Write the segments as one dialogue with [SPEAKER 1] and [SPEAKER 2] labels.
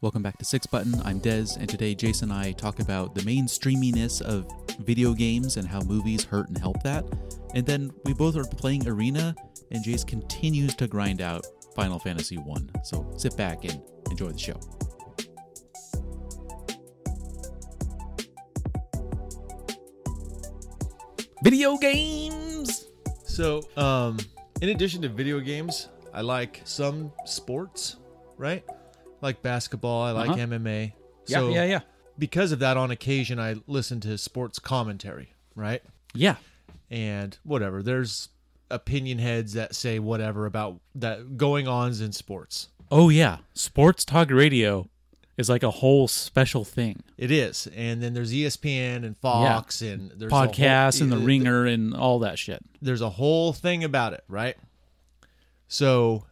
[SPEAKER 1] Welcome back to Six Button. I'm Dez, and today Jason and I talk about the mainstreaminess of video games and how movies hurt and help that. And then we both are playing Arena, and Jace continues to grind out Final Fantasy 1. So sit back and enjoy the show. Video games!
[SPEAKER 2] So, um, in addition to video games, I like some sports, right? Like basketball, I like
[SPEAKER 1] Uh-huh.
[SPEAKER 2] MMA.
[SPEAKER 3] Yeah,
[SPEAKER 2] so
[SPEAKER 3] yeah, yeah.
[SPEAKER 2] Because of that, on occasion, I listen to sports commentary, right?
[SPEAKER 1] Yeah.
[SPEAKER 2] And whatever. There's opinion heads that say whatever about that going ons in sports.
[SPEAKER 1] Oh, yeah.
[SPEAKER 3] Sports Talk Radio is like a whole special thing.
[SPEAKER 2] It is. And then there's E ESPN and Fox and there's a whole-
[SPEAKER 3] Podcasts and The
[SPEAKER 2] uh,
[SPEAKER 3] Ringer and all that shit.
[SPEAKER 2] there's a whole thing about it, right? So,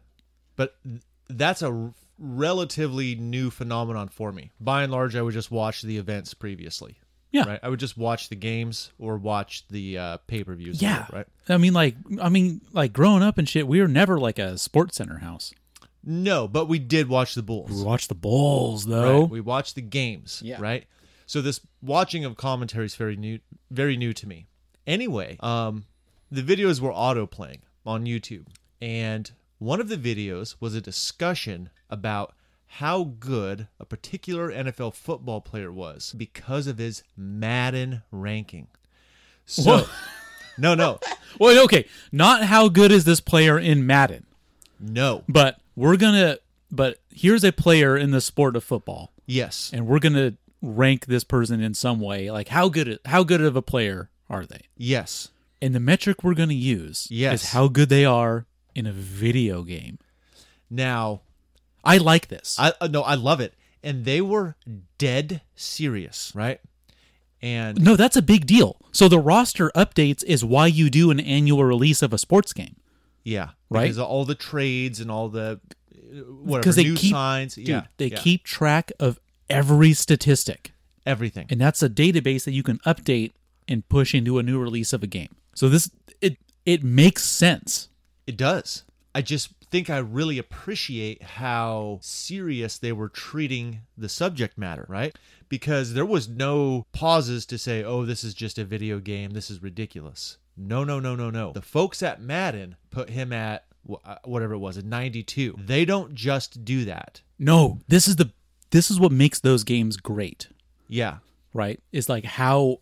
[SPEAKER 2] but th- that's a r- relatively new phenomenon for me. By and large, I would just watch the events previously.
[SPEAKER 3] Yeah.
[SPEAKER 2] Right. I would just watch the games or watch the uh, pay per views.
[SPEAKER 3] Yeah.
[SPEAKER 2] Right.
[SPEAKER 3] I mean, like, I mean, like growing up and shit, we were never like a sports center house.
[SPEAKER 2] No, but we did watch the
[SPEAKER 3] We
[SPEAKER 2] Bulls.
[SPEAKER 3] watched the Bulls though.
[SPEAKER 2] Right? We watched the games.
[SPEAKER 3] Yeah.
[SPEAKER 2] Right. So this watching of commentary is very new, very new to me. Anyway, um, the videos were auto playing on YouTube, and one of the videos was a discussion about how good a particular NFL football player was because of his Madden ranking. So,
[SPEAKER 3] Whoa.
[SPEAKER 2] no, no,
[SPEAKER 3] Well, okay, not how good is this player in Madden,
[SPEAKER 2] no.
[SPEAKER 3] but we're gonna. But here's a player in the sport of football,
[SPEAKER 2] Yes,
[SPEAKER 3] and we're gonna rank this person in some way. Like how good, how good of a player are they?
[SPEAKER 2] yes.
[SPEAKER 3] And the metric we're going to use
[SPEAKER 2] Yes.
[SPEAKER 3] is how good they are in a video game.
[SPEAKER 2] Now,
[SPEAKER 3] I like this.
[SPEAKER 2] I uh, no, I love it, and they were dead serious, right? And
[SPEAKER 3] no, that's a big deal. So the roster updates is why you do an annual release of a sports game.
[SPEAKER 2] Yeah,
[SPEAKER 3] Right?
[SPEAKER 2] Because of all the trades and all the uh, whatever
[SPEAKER 3] Because they
[SPEAKER 2] new
[SPEAKER 3] keep
[SPEAKER 2] signs,
[SPEAKER 3] dude,
[SPEAKER 2] yeah,
[SPEAKER 3] they
[SPEAKER 2] yeah.
[SPEAKER 3] keep track of every statistic.
[SPEAKER 2] everything.
[SPEAKER 3] And that's a database that you can update and push into a new release of a game. So this it it makes sense.
[SPEAKER 2] It does. I just think I really appreciate how serious they were treating the subject matter, right? Because there was no pauses to say, "Oh, this is just a video game. This is ridiculous." No, no, no, no, no. The folks at Madden put him at wh- uh, whatever it was, a 92. They don't just do that.
[SPEAKER 3] No, this is the this is what makes those games great.
[SPEAKER 2] Yeah.
[SPEAKER 3] right is like how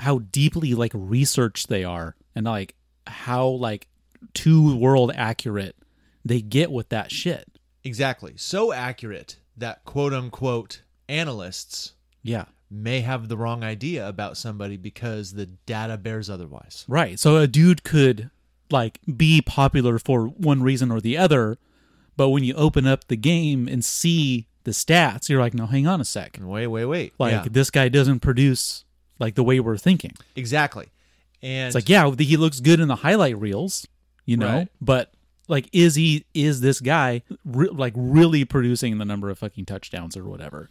[SPEAKER 3] how deeply like researched they are and like how like two world accurate they get with that shit
[SPEAKER 2] Exactly. So accurate that quote unquote analysts
[SPEAKER 3] yeah
[SPEAKER 2] may have the wrong idea about somebody because the data bears otherwise.
[SPEAKER 3] right so a dude could like be popular for one reason or the other but when you open up the game and see the stats you're like no hang on a sec
[SPEAKER 2] Wait, wait, wait.
[SPEAKER 3] like
[SPEAKER 2] Yeah,
[SPEAKER 3] this guy doesn't produce like the way we're thinking
[SPEAKER 2] exactly. And
[SPEAKER 3] It's like, yeah, he looks good in the highlight reels, you know,
[SPEAKER 2] Right.
[SPEAKER 3] but like, is he, is this guy re- like really producing the number of fucking touchdowns or whatever?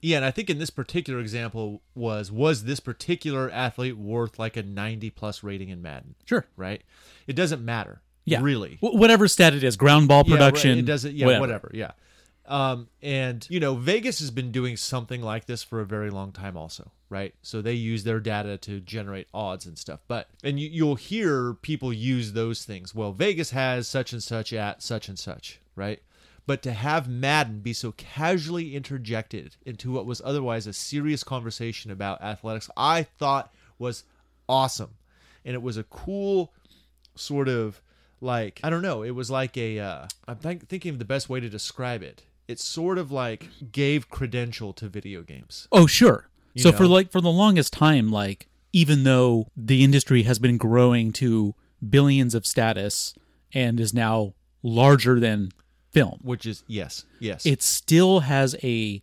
[SPEAKER 2] yeah, and I think in this particular example was was this particular athlete worth like a 90 plus rating in Madden,
[SPEAKER 3] Sure.
[SPEAKER 2] right? It doesn't matter.
[SPEAKER 3] Yeah.
[SPEAKER 2] Really.
[SPEAKER 3] Wh- whatever stat it is, ground ball
[SPEAKER 2] Yeah, right,
[SPEAKER 3] production.
[SPEAKER 2] it doesn't yeah,
[SPEAKER 3] whatever.
[SPEAKER 2] whatever. Yeah. Um and you know, Vegas has been doing something like this for a very long time also, right? So they use their data to generate odds and stuff. But and you, you'll hear people use those things. Well, Vegas has such and such at such and such, right? But to have Madden be so casually interjected into what was otherwise a serious conversation about athletics, I thought was awesome. And it was a cool sort of like I don't know. It was like a uh, I'm think- thinking of the best way to describe it. It sort of like gave credential to video games.
[SPEAKER 3] Oh, sure. So for
[SPEAKER 2] know?
[SPEAKER 3] like, for the longest time, like, even though the industry has been growing to billions of status and is now larger than film,
[SPEAKER 2] Which is yes, yes,
[SPEAKER 3] it still has a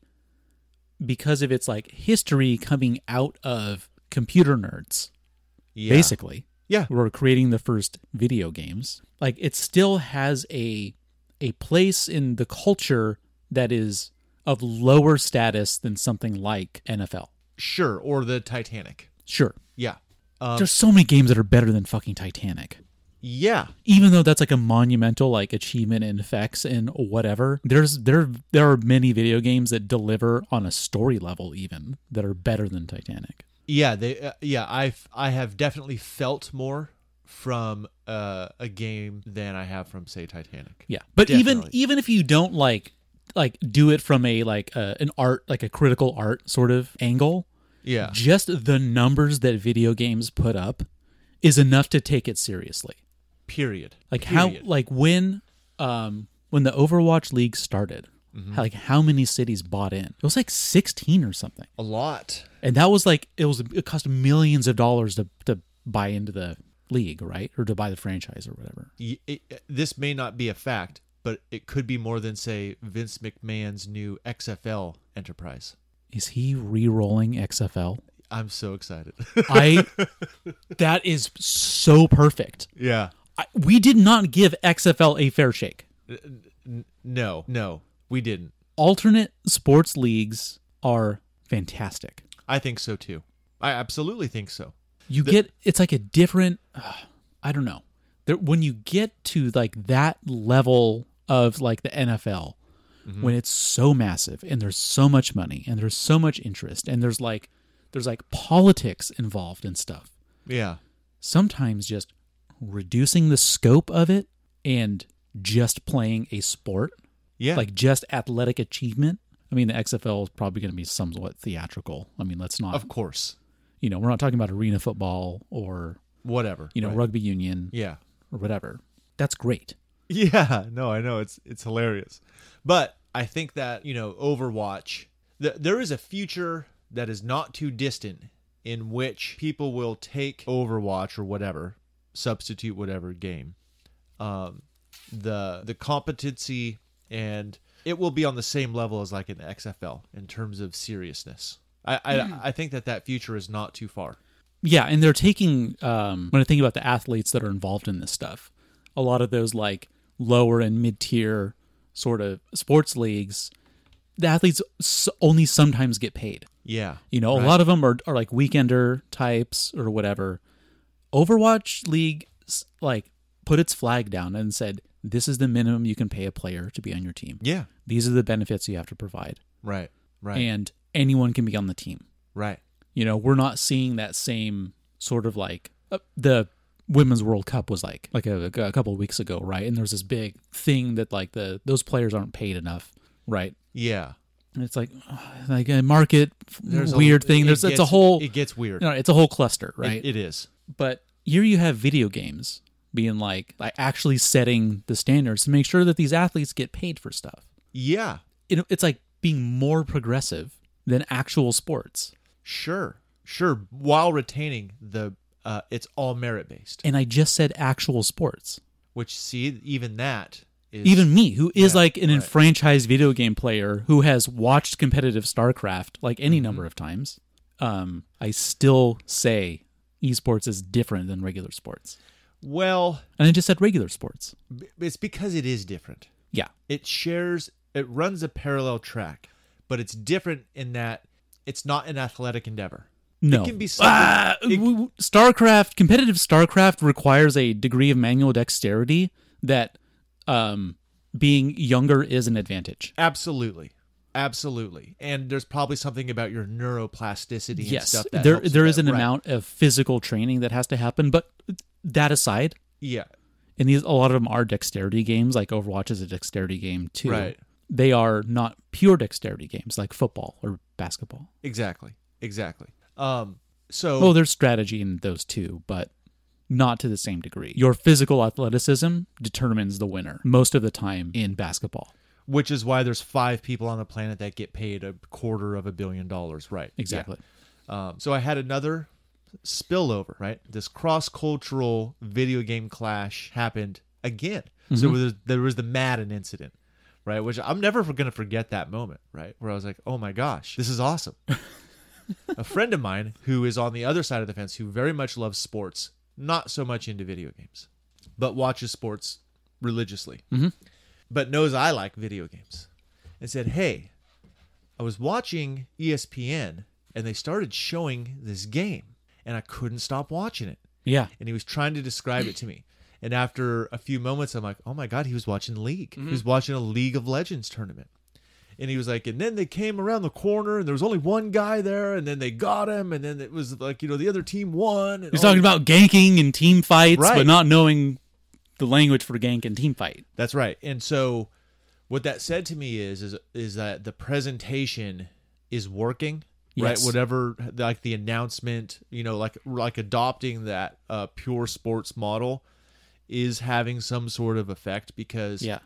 [SPEAKER 3] because of its like history coming out of computer nerds
[SPEAKER 2] yeah.
[SPEAKER 3] basically
[SPEAKER 2] Yeah,
[SPEAKER 3] who are creating the first video games like it still has a a place in the culture that is of lower status than something like NFL
[SPEAKER 2] sure. Or the Titanic.
[SPEAKER 3] sure
[SPEAKER 2] Yeah, um,
[SPEAKER 3] there's so many games that are better than fucking Titanic
[SPEAKER 2] Yeah.
[SPEAKER 3] even though that's like a monumental like achievement in effects and whatever there's there there are many video games that deliver on a story level even that are better than titanic
[SPEAKER 2] Yeah, they uh, yeah, I've I have definitely felt more from uh, a game than I have from say Titanic.
[SPEAKER 3] yeah but even
[SPEAKER 2] Definitely.
[SPEAKER 3] even if you don't like like do it from a like uh, an art like a critical art sort of angle
[SPEAKER 2] Yeah.
[SPEAKER 3] just the numbers that video games put up is enough to take it seriously
[SPEAKER 2] Period.
[SPEAKER 3] like
[SPEAKER 2] Period.
[SPEAKER 3] how like when um when the overwatch league started like how many cities bought in it was like 16 or something
[SPEAKER 2] a lot.
[SPEAKER 3] and that was like it was it cost millions of dollars to to buy into the league right or to buy the franchise or whatever
[SPEAKER 2] Y- it- this may not be a fact, but it could be more than say Vince McMahon's new XFL enterprise.
[SPEAKER 3] is he re-rolling xfl
[SPEAKER 2] I'm so excited.
[SPEAKER 3] i that is so perfect
[SPEAKER 2] yeah.
[SPEAKER 3] I, we did not give xfl a fair shake
[SPEAKER 2] No. No. We didn't.
[SPEAKER 3] alternate sports leagues are fantastic
[SPEAKER 2] I think so too. I absolutely think so.
[SPEAKER 3] you get it's like a different uh, i don't know there, when you get to like that level of like the nfl
[SPEAKER 2] Mm-hmm.
[SPEAKER 3] when it's so massive and there's so much money and there's so much interest and there's like there's like politics involved and stuff
[SPEAKER 2] Yeah.
[SPEAKER 3] sometimes just reducing the scope of it and just playing a sport
[SPEAKER 2] Yeah.
[SPEAKER 3] like just athletic achievement i mean the xfl is probably going to be somewhat theatrical i mean let's not
[SPEAKER 2] of course.
[SPEAKER 3] you know we're not talking about arena football or
[SPEAKER 2] Whatever.
[SPEAKER 3] you know,
[SPEAKER 2] Right.
[SPEAKER 3] rugby union
[SPEAKER 2] Yeah.
[SPEAKER 3] or whatever. That's great.
[SPEAKER 2] Yeah, no, I know it's it's hilarious, but I think that you know Overwatch, th- there is a future that is not too distant in which people will take Overwatch or whatever substitute whatever game, um, the the competency and it will be on the same level as like an XFL in terms of seriousness. I I, I think that that future is not too far.
[SPEAKER 3] Yeah, and they're taking um, when I think about the athletes that are involved in this stuff, a lot of those like lower and mid tier sort of sports leagues, the athletes s- only sometimes get paid.
[SPEAKER 2] Yeah,
[SPEAKER 3] You know, a lot of them are, are like weekender types or whatever. Overwatch League s- like put its flag down and said, "This is the minimum you can pay a player to be on your team.
[SPEAKER 2] yeah,
[SPEAKER 3] These are the benefits you have to provide."
[SPEAKER 2] right, right,
[SPEAKER 3] and anyone can be on the team.
[SPEAKER 2] right.
[SPEAKER 3] You know, we're not seeing that same sort of like uh, the Women's World Cup was like like a, a couple of weeks ago, right? And there's this big thing that like the those players aren't paid enough, right?
[SPEAKER 2] Yeah,
[SPEAKER 3] And it's like ugh, like a market f-
[SPEAKER 2] a-
[SPEAKER 3] weird thing.
[SPEAKER 2] it
[SPEAKER 3] There's it's a
[SPEAKER 2] gets-
[SPEAKER 3] whole
[SPEAKER 2] It gets weird.
[SPEAKER 3] you know, it's a whole cluster, right?
[SPEAKER 2] It- it is.
[SPEAKER 3] but here you have video games being like like actually setting the standards to make sure that these athletes get paid for stuff.
[SPEAKER 2] Yeah,
[SPEAKER 3] It, it's like being more progressive than actual sports.
[SPEAKER 2] sure, sure. While retaining the, uh, it's all merit based.
[SPEAKER 3] and I just said actual sports.
[SPEAKER 2] Which see, even that is
[SPEAKER 3] Even me, who is
[SPEAKER 2] Yeah,
[SPEAKER 3] like an
[SPEAKER 2] right.
[SPEAKER 3] enfranchised video game player who has watched competitive StarCraft like any
[SPEAKER 2] Mm-hmm.
[SPEAKER 3] number of times, um, I still say esports is different than regular sports.
[SPEAKER 2] well,
[SPEAKER 3] And I just said regular sports.
[SPEAKER 2] b- it's because it is different.
[SPEAKER 3] Yeah.
[SPEAKER 2] It shares, it runs a parallel track, but it's different in that it's not an athletic endeavor.
[SPEAKER 3] No.
[SPEAKER 2] It can be something.
[SPEAKER 3] Ah, w- w- StarCraft, competitive StarCraft requires a degree of manual dexterity that um, being younger is an advantage.
[SPEAKER 2] Absolutely. Absolutely. And there's probably something about your neuroplasticity and
[SPEAKER 3] Yes,
[SPEAKER 2] stuff that
[SPEAKER 3] there
[SPEAKER 2] helps
[SPEAKER 3] there
[SPEAKER 2] with
[SPEAKER 3] is
[SPEAKER 2] that.
[SPEAKER 3] an
[SPEAKER 2] Right.
[SPEAKER 3] amount of physical training that has to happen, but that aside,
[SPEAKER 2] Yeah.
[SPEAKER 3] and these a lot of them are dexterity games. Like Overwatch is a dexterity game too.
[SPEAKER 2] Right.
[SPEAKER 3] They are not pure dexterity games like football or basketball.
[SPEAKER 2] Exactly. Exactly. Um so
[SPEAKER 3] Oh, there's strategy in those too, but not to the same degree. Your physical athleticism determines the winner most of the time in basketball.
[SPEAKER 2] which is why there's five people on the planet that get paid a quarter of a billion dollars right
[SPEAKER 3] Exactly.
[SPEAKER 2] Yeah. um, so i had another spillover right this cross-cultural video game clash happened again so there was, there was the madden incident right which i'm never going to forget that moment right where i was like oh my gosh this is awesome a friend of mine who is on the other side of the fence who very much loves sports not so much into video games but watches sports religiously but knows I like video games and said, Hey, I was watching E ESPN and they started showing this game and I couldn't stop watching it.
[SPEAKER 3] Yeah.
[SPEAKER 2] And he was trying to describe it to me. And after a few moments, I'm like, oh my God, he was watching League. He
[SPEAKER 3] Mm-hmm.
[SPEAKER 2] was watching a League of Legends tournament. And he was like, and then they came around the corner and there was only one guy there and then they got him. And then it was like, you know, the other team won. and
[SPEAKER 3] He's
[SPEAKER 2] all
[SPEAKER 3] talking about ganking and team fights,
[SPEAKER 2] Oh, Right.
[SPEAKER 3] but not knowing the language for gank and team fight.
[SPEAKER 2] That's right. And so what that said to me is is is that the presentation is working,
[SPEAKER 3] Yes.
[SPEAKER 2] right? Whatever like the announcement, you know, like like adopting that uh pure sports model is having some sort of effect because
[SPEAKER 3] Yeah.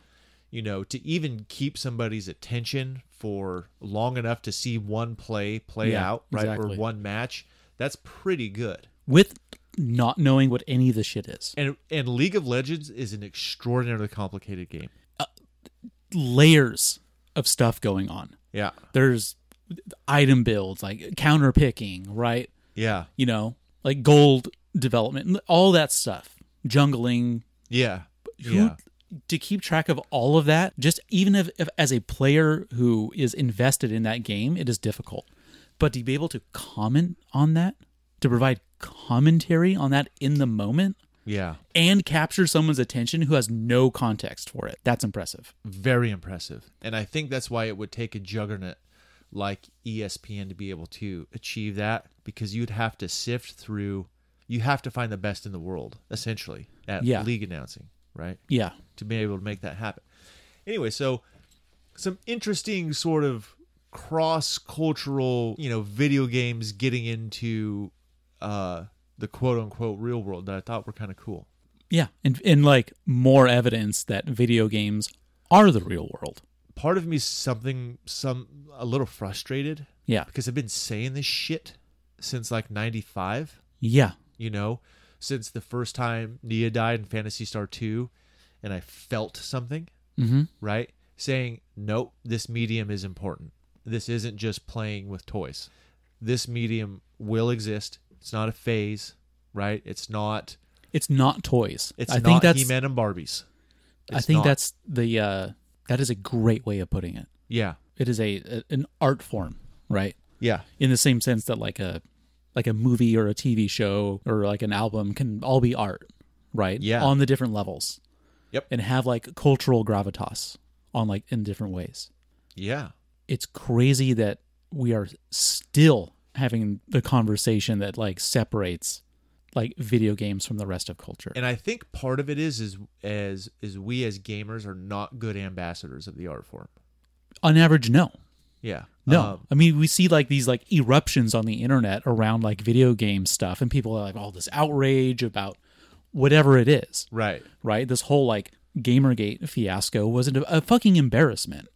[SPEAKER 2] you know, to even keep somebody's attention for long enough to see one play play
[SPEAKER 3] Yeah,
[SPEAKER 2] out, right?
[SPEAKER 3] exactly.
[SPEAKER 2] Or one match, that's pretty good.
[SPEAKER 3] With not knowing what any of the shit is.
[SPEAKER 2] And and League of Legends is an extraordinarily complicated game.
[SPEAKER 3] Layers of stuff going on.
[SPEAKER 2] Yeah.
[SPEAKER 3] There's item builds, like counter picking, right?
[SPEAKER 2] Yeah.
[SPEAKER 3] You know, like gold development, all that stuff. Jungling,
[SPEAKER 2] Yeah.
[SPEAKER 3] who
[SPEAKER 2] yeah.
[SPEAKER 3] to keep track of all of that just even if, if as a player who is invested in that game it is difficult but to be able to comment on that to provide commentary on that in the moment
[SPEAKER 2] Yeah.
[SPEAKER 3] and capture someone's attention who has no context for it that's impressive
[SPEAKER 2] Very impressive. And I think that's why it would take a juggernaut like E ESPN to be able to achieve that because you'd have to sift through, you have to find the best in the world, essentially, at
[SPEAKER 3] Yeah.
[SPEAKER 2] league announcing, right?
[SPEAKER 3] yeah
[SPEAKER 2] To be able to make that happen. Anyway, so some interesting sort of cross cultural, you know, video games getting into uh, the quote unquote real world that I thought were kind of cool.
[SPEAKER 3] yeah and, and like more evidence that video games are the real world
[SPEAKER 2] part of me is something some a little frustrated
[SPEAKER 3] yeah
[SPEAKER 2] because I've been saying this shit since like 95,
[SPEAKER 3] yeah
[SPEAKER 2] you know, since the first time Nia died in Fantasy Star 2 and I felt something,
[SPEAKER 3] mm-hmm
[SPEAKER 2] right? Saying, "Nope, this medium is important. This isn't just playing with toys. This medium will exist. It's not a phase, right? It's not
[SPEAKER 3] it's not toys
[SPEAKER 2] it's
[SPEAKER 3] i
[SPEAKER 2] not
[SPEAKER 3] think that's
[SPEAKER 2] He-Man and Barbies.
[SPEAKER 3] i
[SPEAKER 2] It's
[SPEAKER 3] think
[SPEAKER 2] not.
[SPEAKER 3] that's the uh that is a great way of putting it
[SPEAKER 2] yeah.
[SPEAKER 3] it is a, a an art form, right?
[SPEAKER 2] Yeah.
[SPEAKER 3] In the same sense that like a like a movie or a TV show or like an album can all be art, right?
[SPEAKER 2] Yeah.
[SPEAKER 3] On the different levels.
[SPEAKER 2] Yep.
[SPEAKER 3] And have like cultural gravitas on like in different ways.
[SPEAKER 2] Yeah.
[SPEAKER 3] It's crazy that we are still having the conversation that like separates like video games from the rest of culture.
[SPEAKER 2] and I think part of it is is as is we as gamers are not good ambassadors of the art form.
[SPEAKER 3] On average, no.
[SPEAKER 2] Yeah.
[SPEAKER 3] No.
[SPEAKER 2] Um,
[SPEAKER 3] I mean, we see like these like eruptions on the internet around like video game stuff, and people are like all this outrage about whatever it is,
[SPEAKER 2] right.
[SPEAKER 3] right? This whole like Gamergate fiasco was a, a fucking embarrassment,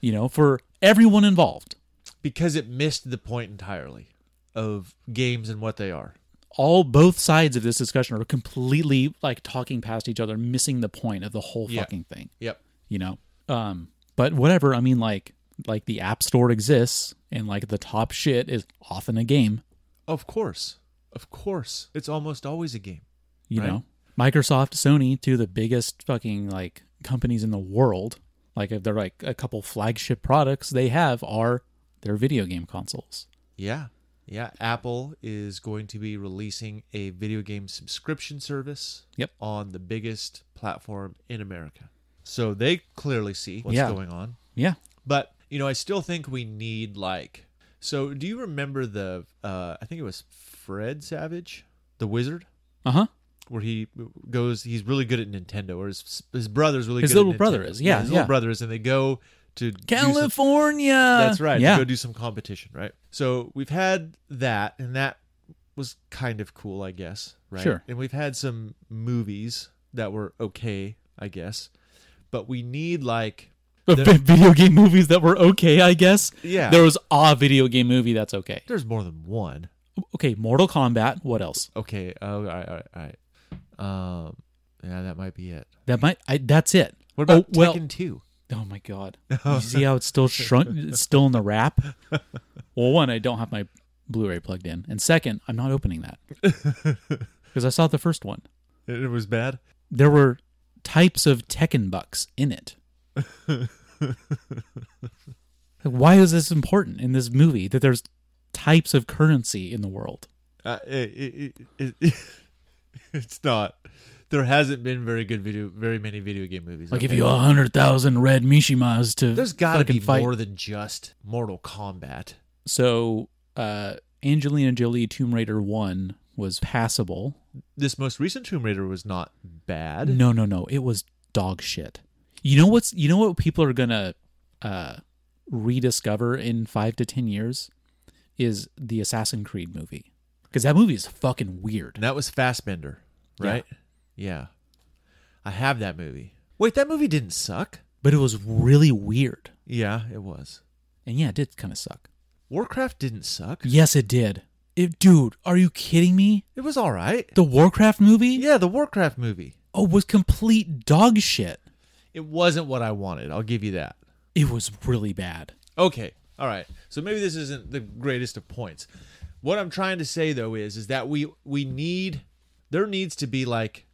[SPEAKER 3] you know, for everyone involved.
[SPEAKER 2] Because it missed the point entirely of games and what they are.
[SPEAKER 3] All both sides of this discussion are completely like talking past each other, missing the point of the whole
[SPEAKER 2] Yeah.
[SPEAKER 3] fucking thing,
[SPEAKER 2] Yep.
[SPEAKER 3] you know? Um, but whatever. I mean, like, like the App Store exists, and like the top shit is often a game.
[SPEAKER 2] Of course. Of course. It's almost always a game.
[SPEAKER 3] you
[SPEAKER 2] Right.
[SPEAKER 3] know microsoft sony two of the biggest fucking like companies in the world like if they're like a couple flagship products they have are their video game consoles
[SPEAKER 2] Yeah. Yeah. Apple is going to be releasing a video game subscription service
[SPEAKER 3] Yep.
[SPEAKER 2] on the biggest platform in America. So they clearly see what's
[SPEAKER 3] Yeah.
[SPEAKER 2] going on.
[SPEAKER 3] yeah
[SPEAKER 2] But you know, I still think we need like. So, do you remember the? Uh, I think it was Fred Savage, the wizard,
[SPEAKER 3] uh-huh
[SPEAKER 2] where he goes. He's really good at Nintendo, or his his brother's really
[SPEAKER 3] His
[SPEAKER 2] good. at
[SPEAKER 3] little brother
[SPEAKER 2] Nintendo.
[SPEAKER 3] is, yeah,
[SPEAKER 2] his
[SPEAKER 3] yeah.
[SPEAKER 2] little brother is, and they go to do some-
[SPEAKER 3] california
[SPEAKER 2] that's right.
[SPEAKER 3] yeah
[SPEAKER 2] To go do some competition, right? So we've had that, and that was kind of cool, I guess. Right.
[SPEAKER 3] Sure.
[SPEAKER 2] And we've had some movies that were okay, I guess, but we need like
[SPEAKER 3] But
[SPEAKER 2] There-
[SPEAKER 3] video game movies that were okay i guess
[SPEAKER 2] yeah.
[SPEAKER 3] there was a video game movie that's okay
[SPEAKER 2] there's more than one.
[SPEAKER 3] okay mortal kombat what else
[SPEAKER 2] Okay. Oh, all right. All right. All right. Um, yeah, that might be it.
[SPEAKER 3] that might i that's it
[SPEAKER 2] What about
[SPEAKER 3] oh, well
[SPEAKER 2] Tekken Two?
[SPEAKER 3] oh my god you see how it's still shrunk it's still in the wrap well one i don't have my blu-ray plugged in and second i'm not opening that because i saw the first one
[SPEAKER 2] It, it was bad.
[SPEAKER 3] there were types of tekken bucks in it Like, why is this important in this movie that there's types of currency in the world
[SPEAKER 2] Uh, it, it, it, it, it's not. there hasn't been very good video, very many video game movies.
[SPEAKER 3] I'll give
[SPEAKER 2] okay?
[SPEAKER 3] you a hundred thousand red Mishimas to
[SPEAKER 2] There's got to
[SPEAKER 3] fucking
[SPEAKER 2] be
[SPEAKER 3] fight.
[SPEAKER 2] more than just Mortal Kombat.
[SPEAKER 3] So uh, Angelina Jolie Tomb Raider one was passable.
[SPEAKER 2] This most recent Tomb Raider was not bad.
[SPEAKER 3] No, no, no. It was dog shit. You know what's you know what people are gonna uh, rediscover in five to ten years is the Assassin's Creed movie because that movie is fucking weird.
[SPEAKER 2] And that was Fassbender,
[SPEAKER 3] Yeah.
[SPEAKER 2] right? Yeah. I have that movie. Wait, that movie didn't suck.
[SPEAKER 3] But it was really weird,
[SPEAKER 2] Yeah, it was.
[SPEAKER 3] and yeah, it did kind of suck.
[SPEAKER 2] Warcraft didn't suck.
[SPEAKER 3] Yes, it did. It, dude, are you kidding me?
[SPEAKER 2] It was all right.
[SPEAKER 3] The Warcraft movie?
[SPEAKER 2] Yeah, the Warcraft movie.
[SPEAKER 3] Oh, was complete dog shit.
[SPEAKER 2] It wasn't what I wanted. I'll give you that.
[SPEAKER 3] It was really bad.
[SPEAKER 2] Okay. All right. So maybe this isn't the greatest of points. What I'm trying to say though is is that we we need there needs to be like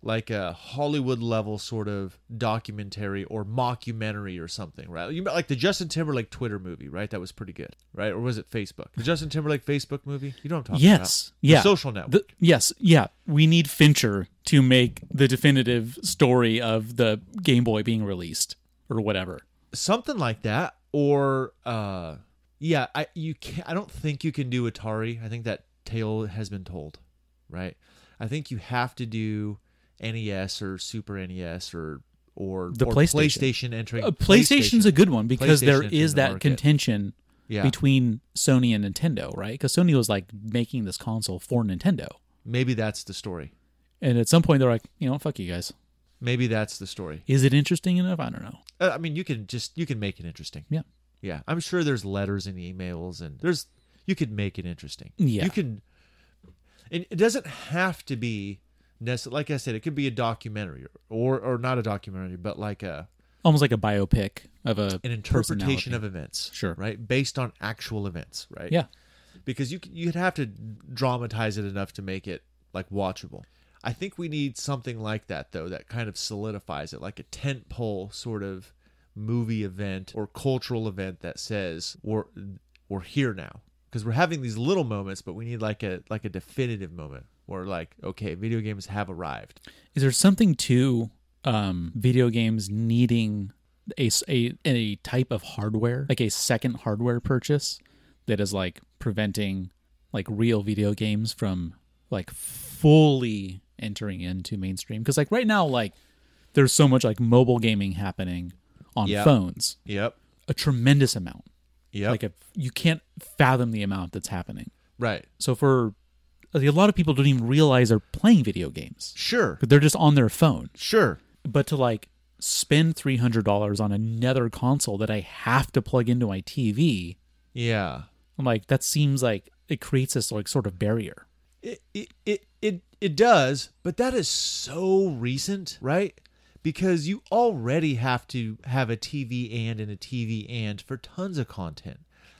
[SPEAKER 2] like a Hollywood level sort of documentary or mockumentary or something, right? You like the Justin Timberlake Twitter movie, right? That was pretty good, right? Or was it Facebook? The Justin Timberlake Facebook movie? You know what I'm talking about?
[SPEAKER 3] Yes.
[SPEAKER 2] The
[SPEAKER 3] yeah.
[SPEAKER 2] social network.
[SPEAKER 3] The- yes. Yeah. We need Fincher to make the definitive story of the Game Boy being released or whatever.
[SPEAKER 2] something like that or uh yeah i you can i don't think you can do atari i think that tale has been told right i think you have to do nes or super nes or or
[SPEAKER 3] The
[SPEAKER 2] or
[SPEAKER 3] PlayStation.
[SPEAKER 2] playstation entering
[SPEAKER 3] Uh, PlayStation's a good one because there
[SPEAKER 2] PlayStation
[SPEAKER 3] is
[SPEAKER 2] in the
[SPEAKER 3] that
[SPEAKER 2] market.
[SPEAKER 3] contention
[SPEAKER 2] yeah
[SPEAKER 3] between Sony and Nintendo, right? Because Sony was like making this console for Nintendo.
[SPEAKER 2] maybe that's the story
[SPEAKER 3] And at some point, they're like, you know, fuck you guys.
[SPEAKER 2] maybe that's the story
[SPEAKER 3] Is it interesting enough? I don't know.
[SPEAKER 2] Uh, i mean you can just you can make it interesting
[SPEAKER 3] Yeah.
[SPEAKER 2] yeah i'm sure there's letters and emails and there's you could make it interesting
[SPEAKER 3] Yeah.
[SPEAKER 2] you can and it doesn't have to be necessarily like i said it could be a documentary or or not a documentary but like a
[SPEAKER 3] Almost like a biopic of a
[SPEAKER 2] an
[SPEAKER 3] personality.
[SPEAKER 2] interpretation of events
[SPEAKER 3] Sure.
[SPEAKER 2] right based on actual events right
[SPEAKER 3] Yeah.
[SPEAKER 2] because you c- you'd have to dramatize it enough to make it like watchable i think we need something like that though that kind of solidifies it like a tent pole sort of movie event or cultural event that says we're we're here now because we're having these little moments but we need like a like a definitive moment where like okay video games have arrived
[SPEAKER 3] Is there something to um, video games needing a, s- a- a type of hardware, like a second hardware purchase, that is like preventing like real video games from like fully entering into mainstream? Because like right now, like there's so much like mobile gaming happening on
[SPEAKER 2] Yeah.
[SPEAKER 3] phones,
[SPEAKER 2] yep
[SPEAKER 3] a tremendous amount.
[SPEAKER 2] yep
[SPEAKER 3] Like a, you can't fathom the amount that's happening.
[SPEAKER 2] right
[SPEAKER 3] So for like, a lot of people don't even realize they're playing video games.
[SPEAKER 2] sure
[SPEAKER 3] They're just on their phone
[SPEAKER 2] sure
[SPEAKER 3] but to like spend $300 on another console that I have to plug into my TV,
[SPEAKER 2] yeah
[SPEAKER 3] I'm like, that seems like it creates this like sort of barrier.
[SPEAKER 2] it it it it, it does, but that is so recent, right? Because you already have to have a TV and and a TV and for tons of content.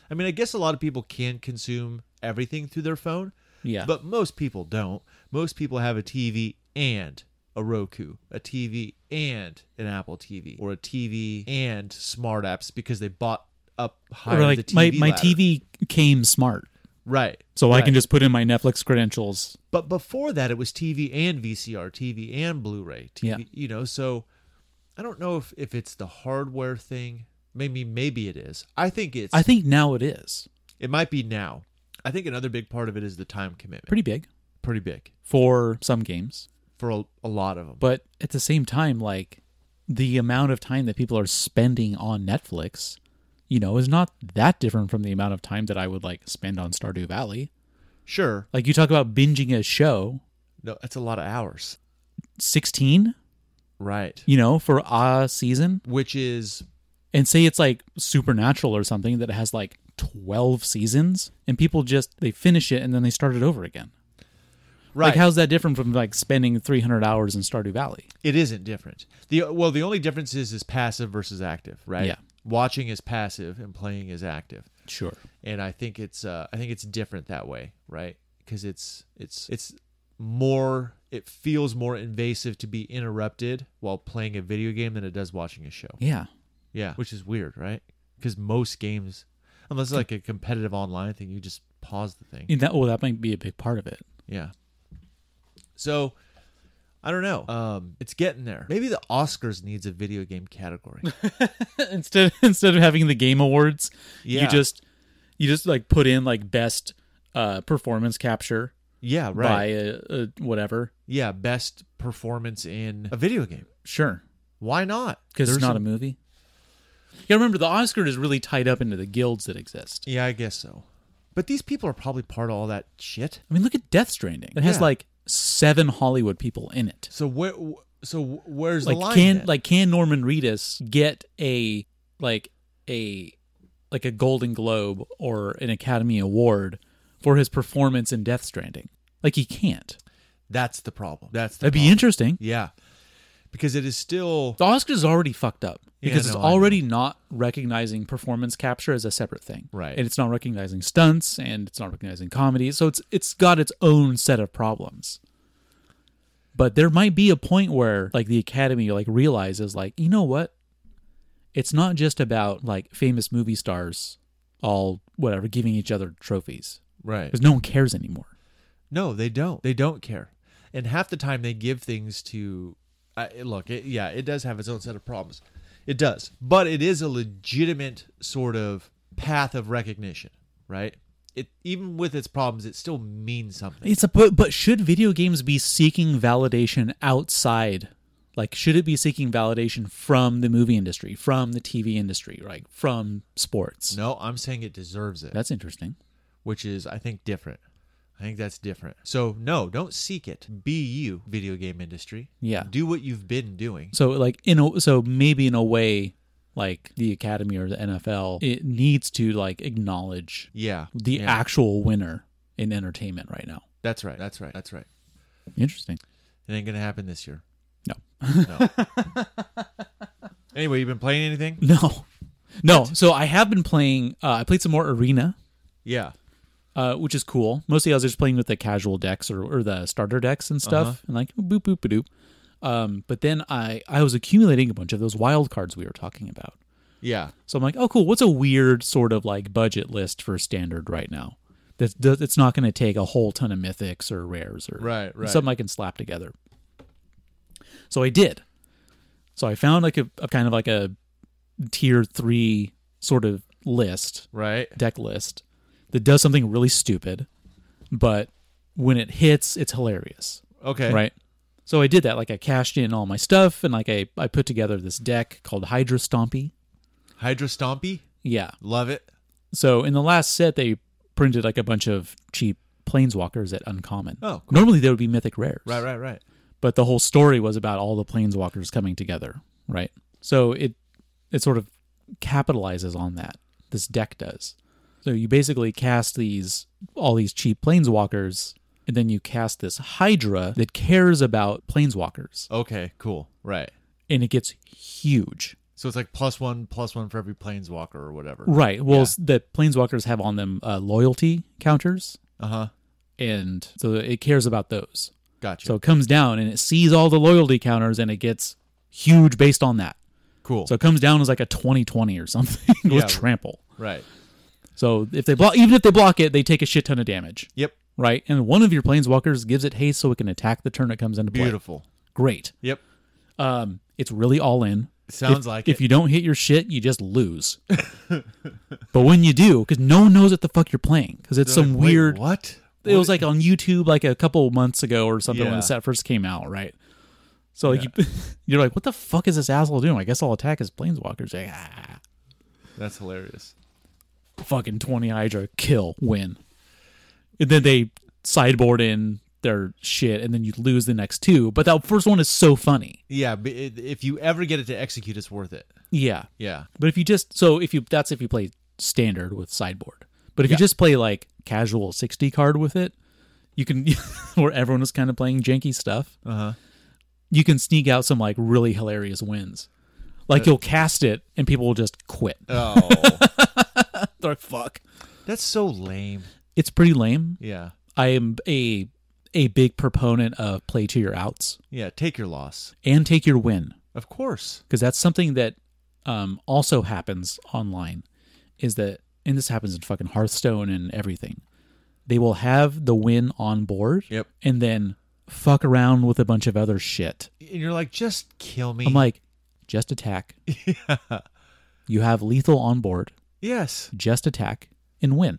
[SPEAKER 2] I mean, I guess a lot of people can consume everything through their phone,
[SPEAKER 3] Yeah.
[SPEAKER 2] but most people don't. Most people have a TV and a Roku, a TV and an Apple TV, or a TV and smart apps because they bought up higher
[SPEAKER 3] or like
[SPEAKER 2] the TV
[SPEAKER 3] my, my
[SPEAKER 2] ladder.
[SPEAKER 3] TV came smart.
[SPEAKER 2] right?
[SPEAKER 3] So I
[SPEAKER 2] right.
[SPEAKER 3] can just put in my Netflix credentials.
[SPEAKER 2] But before that, it was TV and VCR, TV and Blu-ray, TV.
[SPEAKER 3] Yeah.
[SPEAKER 2] You know, so I don't know if if it's the hardware thing. Maybe maybe it is. I think it's.
[SPEAKER 3] I think now it is
[SPEAKER 2] it might be now. I think another big part of it is the time commitment.
[SPEAKER 3] pretty big
[SPEAKER 2] pretty big
[SPEAKER 3] for some games.
[SPEAKER 2] for a, a lot of them.
[SPEAKER 3] But at the same time, like the amount of time that people are spending on Netflix, you know, is not that different from the amount of time that I would like spend on Stardew Valley.
[SPEAKER 2] sure,
[SPEAKER 3] Like you talk about binging a show,
[SPEAKER 2] no, that's a lot of hours,
[SPEAKER 3] 16
[SPEAKER 2] right?
[SPEAKER 3] you know for a season
[SPEAKER 2] Which is
[SPEAKER 3] and say it's like supernatural or something that has like 12 seasons and people just they finish it and then they start it over again
[SPEAKER 2] right.
[SPEAKER 3] like how's that different from like spending 300 hours in stardew valley
[SPEAKER 2] It isn't different. The well, the only difference is is passive versus active, right?
[SPEAKER 3] Yeah.
[SPEAKER 2] Watching is passive and playing is active.
[SPEAKER 3] sure
[SPEAKER 2] and I think it's uh, I think it's different that way, right? Because it's it's it's more it feels more invasive to be interrupted while playing a video game than it does watching a show.
[SPEAKER 3] yeah
[SPEAKER 2] Yeah, which is weird, right? Because most games, unless it's like a competitive online thing, you just pause the thing.
[SPEAKER 3] and that well that might be a big part of it
[SPEAKER 2] Yeah. So I don't know. Um, it's getting there. Maybe the Oscars needs a video game category.
[SPEAKER 3] instead instead of having the game awards,
[SPEAKER 2] Yeah.
[SPEAKER 3] you just you just like put in like best uh performance capture
[SPEAKER 2] yeah,
[SPEAKER 3] by
[SPEAKER 2] right.
[SPEAKER 3] a, a whatever.
[SPEAKER 2] Yeah, best performance in a video game.
[SPEAKER 3] Sure,
[SPEAKER 2] Why not?
[SPEAKER 3] because it's
[SPEAKER 2] There's
[SPEAKER 3] not a
[SPEAKER 2] some-
[SPEAKER 3] movie. Yeah, remember the Oscar is really tied up into the guilds that exist.
[SPEAKER 2] Yeah, I guess so. But these people are probably part of all that shit.
[SPEAKER 3] I mean, look at Death Stranding. It has
[SPEAKER 2] Yeah.
[SPEAKER 3] like seven Hollywood people in it.
[SPEAKER 2] So where? So where's the
[SPEAKER 3] Like
[SPEAKER 2] line?
[SPEAKER 3] can
[SPEAKER 2] then?
[SPEAKER 3] like can Norman Reedus get a like a like a Golden Globe or an Academy Award for his performance in Death Stranding? Like he can't.
[SPEAKER 2] that's the problem. That's the
[SPEAKER 3] That'd be
[SPEAKER 2] problem.
[SPEAKER 3] interesting.
[SPEAKER 2] Yeah, because it is still
[SPEAKER 3] The Oscars already fucked up
[SPEAKER 2] Yeah,
[SPEAKER 3] because
[SPEAKER 2] no,
[SPEAKER 3] it's
[SPEAKER 2] I know.
[SPEAKER 3] already not recognizing performance capture as a separate thing,
[SPEAKER 2] Right.
[SPEAKER 3] And it's not recognizing stunts, and it's not recognizing comedy. So it's it's got its own set of problems. But there might be a point where like the Academy like realizes like you know what, it's not just about like famous movie stars all whatever giving each other trophies
[SPEAKER 2] right.
[SPEAKER 3] because no one cares anymore.
[SPEAKER 2] No, they don't. They don't care. And half the time they give things to I look, it, yeah, it does have its own set of problems. It does. But it is a legitimate sort of path of recognition, right? It even with its problems, it still means something.
[SPEAKER 3] It's a but, but should video games be seeking validation outside? Like, should it be seeking validation from the movie industry, from the TV industry, right? From sports?
[SPEAKER 2] No, I'm saying it deserves it,
[SPEAKER 3] That's interesting.
[SPEAKER 2] which is I think different. I think that's different. So no, don't seek it. Be you, video game industry.
[SPEAKER 3] Yeah.
[SPEAKER 2] Do what you've been doing.
[SPEAKER 3] So, like, in a, so maybe in a way, like the Academy or the NFL, it needs to like acknowledge
[SPEAKER 2] Yeah.
[SPEAKER 3] the
[SPEAKER 2] yeah.
[SPEAKER 3] actual winner in entertainment right now.
[SPEAKER 2] That's right. That's right. That's right.
[SPEAKER 3] Interesting.
[SPEAKER 2] It ain't gonna happen this year.
[SPEAKER 3] No,
[SPEAKER 2] Anyway, you been playing anything?
[SPEAKER 3] no, no. So I have been playing. Uh, I played some more Arena.
[SPEAKER 2] Yeah.
[SPEAKER 3] uh, which is cool. Mostly I was just playing with the casual decks or, or the starter decks and stuff,
[SPEAKER 2] Uh-huh.
[SPEAKER 3] and like boop boop boop. Um, but then I I was accumulating a bunch of those wild cards we were talking about.
[SPEAKER 2] Yeah.
[SPEAKER 3] So I'm like, oh cool, what's a weird sort of like budget list for standard right now? That's that- it's not going to take a whole ton of mythics or rares or
[SPEAKER 2] Right, right.
[SPEAKER 3] something I can slap together. So I did. So I found like a, a kind of like a tier three sort of list
[SPEAKER 2] Right.
[SPEAKER 3] deck list that does something really stupid, but when it hits, it's hilarious,
[SPEAKER 2] Okay.
[SPEAKER 3] right? So I did that. Like I cashed in all my stuff, and like I I put together this deck called Hydra Stompy.
[SPEAKER 2] Hydra Stompy.
[SPEAKER 3] Yeah.
[SPEAKER 2] Love it.
[SPEAKER 3] So in the last set, they printed like a bunch of cheap planeswalkers at uncommon.
[SPEAKER 2] Oh, cool.
[SPEAKER 3] normally they would be mythic rares,
[SPEAKER 2] Right, right, right.
[SPEAKER 3] But the whole story was about all the planeswalkers coming together, right? So it it sort of capitalizes on that. This deck does. So you basically cast these all these cheap planeswalkers, and then you cast this Hydra that cares about planeswalkers,
[SPEAKER 2] Okay, cool. Right.
[SPEAKER 3] and it gets huge.
[SPEAKER 2] So it's like plus one, plus one for every planeswalker or whatever.
[SPEAKER 3] Right. Well, s the planeswalkers have on them uh, loyalty counters,
[SPEAKER 2] Uh huh.
[SPEAKER 3] and so it cares about those.
[SPEAKER 2] Gotcha.
[SPEAKER 3] So it comes down and it sees all the loyalty counters, and it gets huge based on that.
[SPEAKER 2] cool.
[SPEAKER 3] So it comes down as like a 2020 or something
[SPEAKER 2] Yeah.
[SPEAKER 3] with trample.
[SPEAKER 2] right.
[SPEAKER 3] So if they block, even if they block it, they take a shit ton of damage,
[SPEAKER 2] Yep.
[SPEAKER 3] right? And one of your planeswalkers gives it haste so it can attack the turn it comes into play.
[SPEAKER 2] Beautiful.
[SPEAKER 3] Great.
[SPEAKER 2] Yep.
[SPEAKER 3] Um, it's really all in.
[SPEAKER 2] Sounds
[SPEAKER 3] if,
[SPEAKER 2] like
[SPEAKER 3] if
[SPEAKER 2] it.
[SPEAKER 3] you don't hit your shit, you just lose. but when you do, because no one knows what the fuck you're playing, because it's
[SPEAKER 2] They're
[SPEAKER 3] some
[SPEAKER 2] like, "Wait,
[SPEAKER 3] weird.
[SPEAKER 2] What?
[SPEAKER 3] It was like on YouTube like a couple months ago or something when
[SPEAKER 2] Yeah.
[SPEAKER 3] the set first came out, right? So like you, you're like, what the fuck is this asshole doing? I guess I'll attack his planeswalkers. Like, ah.
[SPEAKER 2] That's hilarious.
[SPEAKER 3] fucking 20 Hydra kill win. And then they sideboard in their shit and then you lose the next two. But that first one is so funny.
[SPEAKER 2] Yeah. But it, if you ever get it to execute, it's worth it.
[SPEAKER 3] Yeah.
[SPEAKER 2] Yeah.
[SPEAKER 3] But if you just so if you that's if you play standard with sideboard. But if you just play like casual 60 card with it, you can where everyone is kind of playing janky stuff.
[SPEAKER 2] Uh huh.
[SPEAKER 3] You can sneak out some like really hilarious wins. Like you'll cast it and people will just quit.
[SPEAKER 2] Oh,
[SPEAKER 3] They're like fuck.
[SPEAKER 2] that's so lame.
[SPEAKER 3] It's pretty lame.
[SPEAKER 2] Yeah.
[SPEAKER 3] I am a a big proponent of play to your outs
[SPEAKER 2] Yeah. Take your loss.
[SPEAKER 3] and take your win
[SPEAKER 2] Of course.
[SPEAKER 3] because that's something that um, also happens online is that and this happens in fucking Hearthstone and everything. They will have the win on board
[SPEAKER 2] Yep.
[SPEAKER 3] and then fuck around with a bunch of other shit.
[SPEAKER 2] And you're like, just kill me.
[SPEAKER 3] I'm like, just attack.
[SPEAKER 2] yeah.
[SPEAKER 3] You have lethal on board.
[SPEAKER 2] Yes.
[SPEAKER 3] Just attack and win.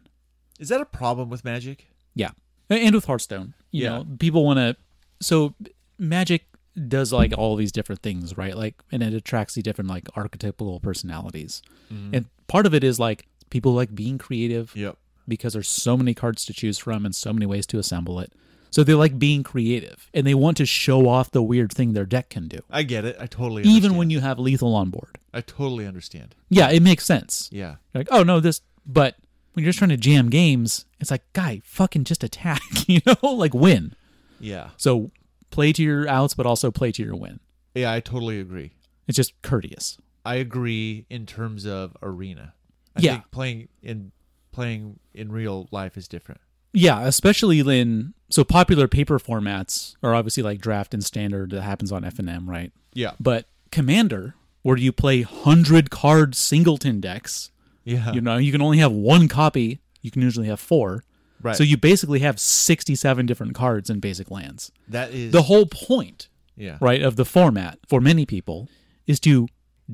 [SPEAKER 2] Is that a problem with magic?
[SPEAKER 3] Yeah. And with Hearthstone. You
[SPEAKER 2] Yeah.
[SPEAKER 3] know, people want to. So Magic does like all these different things, right? Like, and it attracts the different like archetypal personalities.
[SPEAKER 2] Mm-hmm.
[SPEAKER 3] And part of it is like people like being creative
[SPEAKER 2] Yep.
[SPEAKER 3] because there's so many cards to choose from and so many ways to assemble it. So they like being creative and they want to show off the weird thing their deck can do,
[SPEAKER 2] I get it. I totally understand.
[SPEAKER 3] even when you have lethal on board.
[SPEAKER 2] I totally understand.
[SPEAKER 3] Yeah, it makes sense.
[SPEAKER 2] Yeah.
[SPEAKER 3] You're like, oh no, this. But when you're just trying to jam games, it's like, guy, fucking just attack, you know, like win.
[SPEAKER 2] Yeah.
[SPEAKER 3] So play to your outs, but also play to your win.
[SPEAKER 2] Yeah, I totally agree.
[SPEAKER 3] It's just courteous.
[SPEAKER 2] I agree in terms of arena. I
[SPEAKER 3] Yeah.
[SPEAKER 2] think playing in playing in real life is different.
[SPEAKER 3] Yeah, especially in so popular paper formats are obviously like draft and standard that happens on FNM, right?
[SPEAKER 2] Yeah.
[SPEAKER 3] But Commander, where you play hundred card singleton decks,
[SPEAKER 2] Yeah.
[SPEAKER 3] you know, you can only have one copy. You can usually have four.
[SPEAKER 2] Right.
[SPEAKER 3] So you basically have sixty-seven different cards in basic lands.
[SPEAKER 2] that is
[SPEAKER 3] The whole point
[SPEAKER 2] yeah.
[SPEAKER 3] right of the format for many people is to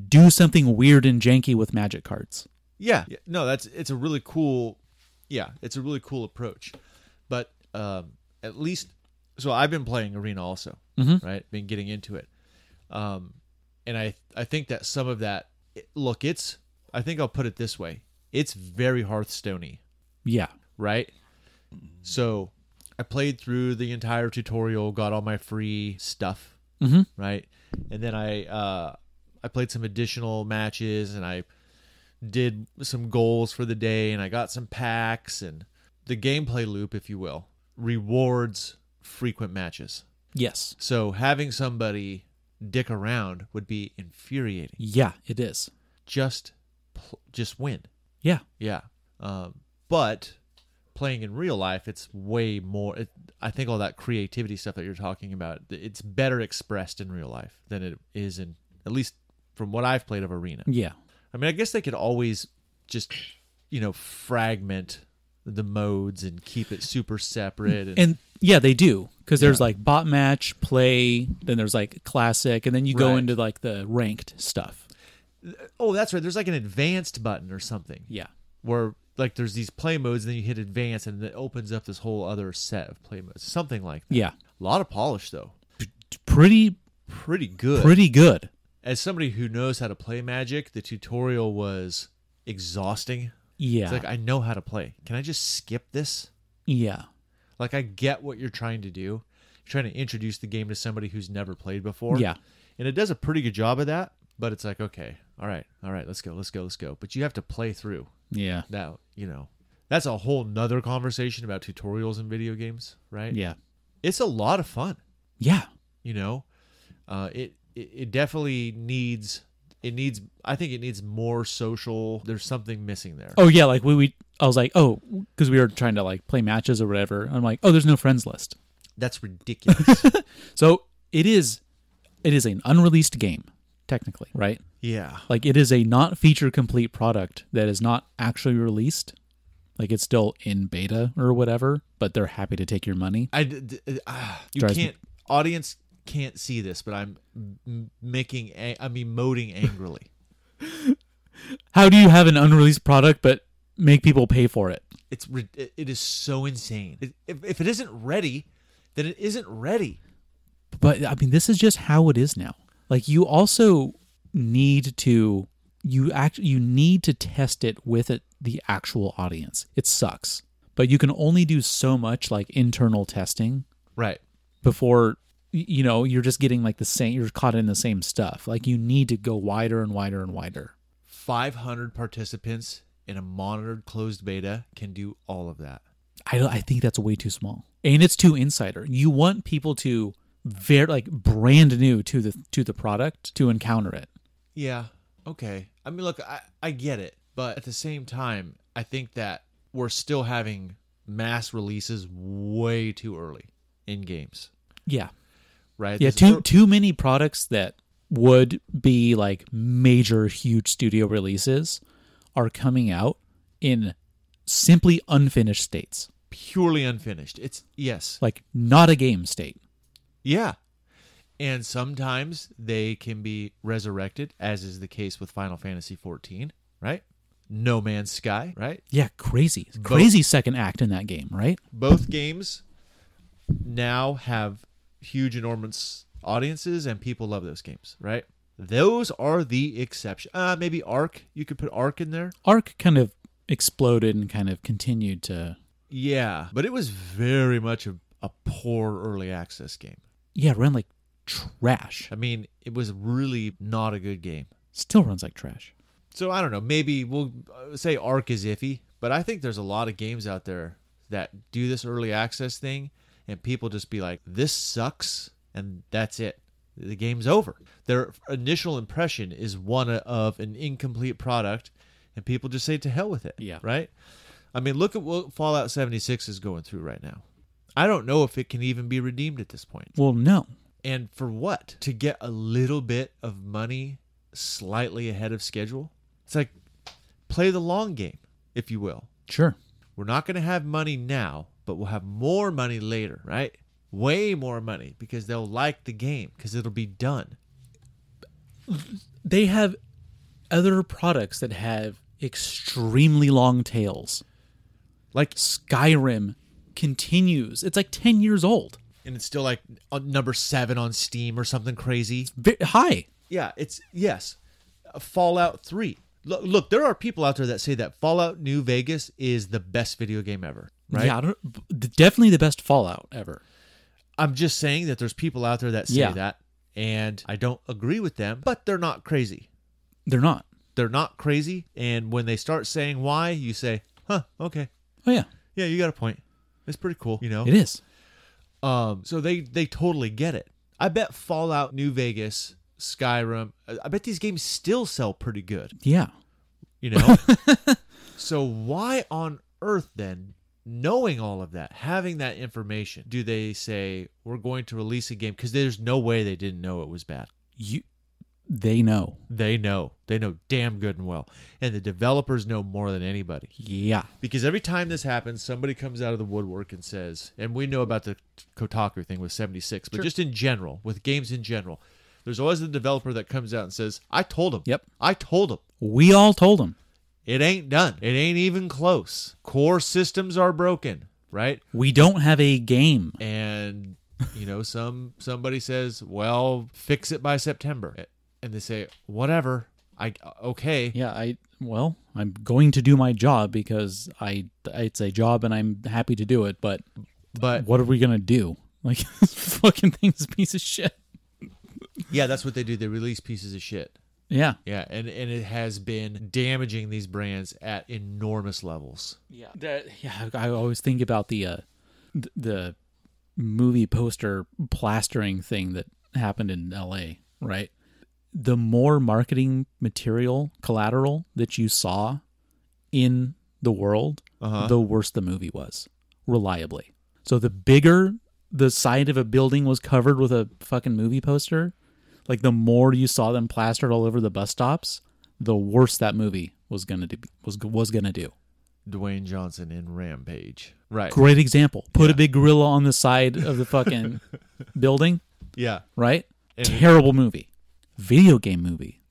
[SPEAKER 3] do something weird and janky with magic cards
[SPEAKER 2] Yeah. Yeah. No, that's it's a really cool yeah, it's a really cool approach. But um at least so I've been playing arena also,
[SPEAKER 3] Mhm.
[SPEAKER 2] right? Been getting into it. Um and I I think that some of that it- look, it's I think I'll put it this way. It's very Hearthstoney.
[SPEAKER 3] yeah
[SPEAKER 2] right? So I played through the entire tutorial, got all my free stuff,
[SPEAKER 3] Mhm.
[SPEAKER 2] right? And then I uh, I played some additional matches, and I did some goals for the day, and I got some packs, and the gameplay loop, if you will, rewards frequent matches.
[SPEAKER 3] yes
[SPEAKER 2] So having somebody dick around would be infuriating.
[SPEAKER 3] yeah it is
[SPEAKER 2] Just pl- just win.
[SPEAKER 3] yeah
[SPEAKER 2] Yeah. Um, but playing in real life, it's way more. It, I think all that creativity stuff that you're talking about, th- it's better expressed in real life than it is in, at least from what I've played of Arena.
[SPEAKER 3] yeah
[SPEAKER 2] I mean, I guess they could always just, you know, fragment the modes and keep it super separate. And,
[SPEAKER 3] and yeah they do because there's like bot match play then there's like classic and then you go
[SPEAKER 2] Right.
[SPEAKER 3] into like the ranked stuff
[SPEAKER 2] oh, that's right. There's like an advanced button or something
[SPEAKER 3] yeah
[SPEAKER 2] where like there's these play modes, and then you hit advanced, and it opens up this whole other set of play modes. Something like that.
[SPEAKER 3] yeah
[SPEAKER 2] A lot of polish though.
[SPEAKER 3] pretty
[SPEAKER 2] Pretty good.
[SPEAKER 3] pretty good
[SPEAKER 2] as somebody who knows how to play magic the tutorial was exhausting
[SPEAKER 3] yeah
[SPEAKER 2] it's like i know how to play can i just skip this
[SPEAKER 3] yeah
[SPEAKER 2] like i get what you're trying to do you're trying to introduce the game to somebody who's never played before
[SPEAKER 3] Yeah.
[SPEAKER 2] and it does a pretty good job of that but it's like okay all right all right let's go let's go let's go but you have to play through
[SPEAKER 3] yeah
[SPEAKER 2] now you know that's a whole nother conversation about tutorials in video games right
[SPEAKER 3] yeah
[SPEAKER 2] it's a lot of fun
[SPEAKER 3] yeah
[SPEAKER 2] you know uh, it, it it definitely needs it needs i think it needs more social there's something missing there
[SPEAKER 3] oh yeah like we, we i was like oh because we were trying to like play matches or whatever i'm like oh there's no friends list
[SPEAKER 2] that's ridiculous
[SPEAKER 3] So it is it is an unreleased game, technically, right?
[SPEAKER 2] yeah
[SPEAKER 3] Like it is a not feature complete product that is not actually released. Like it's still in beta or whatever, but they're happy to take your money.
[SPEAKER 2] i d- d- ah, you
[SPEAKER 3] Drives me-
[SPEAKER 2] can't audience can't see this but i'm m- making a- i'm emoting angrily
[SPEAKER 3] How do you have an unreleased product but make people pay for it?
[SPEAKER 2] it's rid- it it is so insane It- if, if it isn't ready then it isn't ready
[SPEAKER 3] But I mean, this is just how it is now. Like you also need to you act you need to test it with it, the actual audience. It sucks, but you can only do so much like internal testing
[SPEAKER 2] right
[SPEAKER 3] before y- you know you're just getting like the same you're caught in the same stuff like you need to go wider and wider and wider
[SPEAKER 2] 500 participants in a monitored closed beta can do all of that
[SPEAKER 3] i, don't- I think that's way too small and it's too insider you want people to very like brand new to the to the product to encounter it
[SPEAKER 2] Yeah. Okay. I mean, look, I, I get it, but at the same time, I think that we're still having mass releases way too early in games,
[SPEAKER 3] yeah
[SPEAKER 2] right?
[SPEAKER 3] yeah
[SPEAKER 2] This is
[SPEAKER 3] too
[SPEAKER 2] where-
[SPEAKER 3] too many products that would be like major huge studio releases are coming out in simply unfinished states
[SPEAKER 2] purely unfinished. It's yes,
[SPEAKER 3] like not a game state
[SPEAKER 2] Yeah. And sometimes they can be resurrected, as is the case with Final Fantasy XIV, right? No Man's Sky, right?
[SPEAKER 3] Yeah, crazy, crazy second act in that game, right?
[SPEAKER 2] Both games now have huge, enormous audiences, and people love those games, right? Those are the exception. Uh, maybe Ark. You could put Ark in there.
[SPEAKER 3] Arc kind of exploded and kind of continued to
[SPEAKER 2] Yeah, but it was very much a, a poor early access game.
[SPEAKER 3] yeah run like trash.
[SPEAKER 2] I mean, it was really not a good game.
[SPEAKER 3] Still runs like trash.
[SPEAKER 2] So I don't know. Maybe we'll uh, say Arc is iffy, but I think there's a lot of games out there that do this early access thing, and people just be like, "This sucks," and that's it. The game's over. Their initial impression is one of an incomplete product, and people just say, "To hell with it."
[SPEAKER 3] Yeah.
[SPEAKER 2] Right. I mean, look at what Fallout 76 is going through right now. I don't know if it can even be redeemed at this point.
[SPEAKER 3] Well, no,
[SPEAKER 2] And for what? To get a little bit of money slightly ahead of schedule? It's like play the long game, if you will.
[SPEAKER 3] sure,
[SPEAKER 2] We're not going to have money now, but we'll have more money later, right? Way more money because they'll like the game because it'll be done.
[SPEAKER 3] they have other products that have extremely long tails.
[SPEAKER 2] Like,
[SPEAKER 3] Skyrim continues. It's like 10 years old.
[SPEAKER 2] and it's still like on number seven on Steam or something crazy.
[SPEAKER 3] Ve- Hi.
[SPEAKER 2] Yeah, it's yes. Uh, Fallout 3. Look, look, there are people out there that say that Fallout New Vegas is the best video game ever, right?
[SPEAKER 3] Yeah, I don't- b- definitely the best Fallout ever.
[SPEAKER 2] I'm just saying that there's people out there that say
[SPEAKER 3] Yeah.
[SPEAKER 2] that, and I don't agree with them, but they're not crazy.
[SPEAKER 3] They're not.
[SPEAKER 2] They're not crazy. And when they start saying why, you say, huh, okay.
[SPEAKER 3] Oh yeah,
[SPEAKER 2] Yeah, you got a point. It's pretty cool, you know?
[SPEAKER 3] it is.
[SPEAKER 2] Um, so they, they totally get it. I bet Fallout New Vegas, Skyrim, I I bet these games still sell pretty good.
[SPEAKER 3] Yeah.
[SPEAKER 2] you know so why on earth then knowing all of that having that information do they say we're going to release a game because there's no way they didn't know it was bad
[SPEAKER 3] You they know.
[SPEAKER 2] they know they know damn good and well and the developers know more than anybody
[SPEAKER 3] Yeah.
[SPEAKER 2] because every time this happens somebody comes out of the woodwork and says and we know about the kotaku thing with 76 but just in general with games in general there's always the developer that comes out and says i told them
[SPEAKER 3] Yep.
[SPEAKER 2] i told them
[SPEAKER 3] We all told them.
[SPEAKER 2] It ain't done. It ain't even close. Core systems are broken, right?
[SPEAKER 3] We don't have a game.
[SPEAKER 2] And you know, some somebody says, "Well, fix it by September." And they say, "Whatever. I okay."
[SPEAKER 3] Yeah, I well, I'm going to do my job because I it's a job and I'm happy to do it, but
[SPEAKER 2] But
[SPEAKER 3] what are we going to do? Like this fucking thing's a piece of shit.
[SPEAKER 2] yeah, that's what they do. They release pieces of shit.
[SPEAKER 3] Yeah.
[SPEAKER 2] Yeah, and and it has been damaging these brands at enormous levels.
[SPEAKER 3] Yeah. yeah, I always think about the uh th- the movie poster plastering thing that happened in LA, right? The more marketing material collateral that you saw in the world, the worse the movie was, reliably. So the bigger the side of a building was covered with a fucking movie poster, like the more you saw them plastered all over the bus stops, the worse that movie was gonna do was was gonna do.
[SPEAKER 2] Dwayne Johnson in Rampage. Right.
[SPEAKER 3] Great example. Put a big gorilla on the side of the fucking building,
[SPEAKER 2] Yeah.
[SPEAKER 3] right? Terrible movie. Video game movie.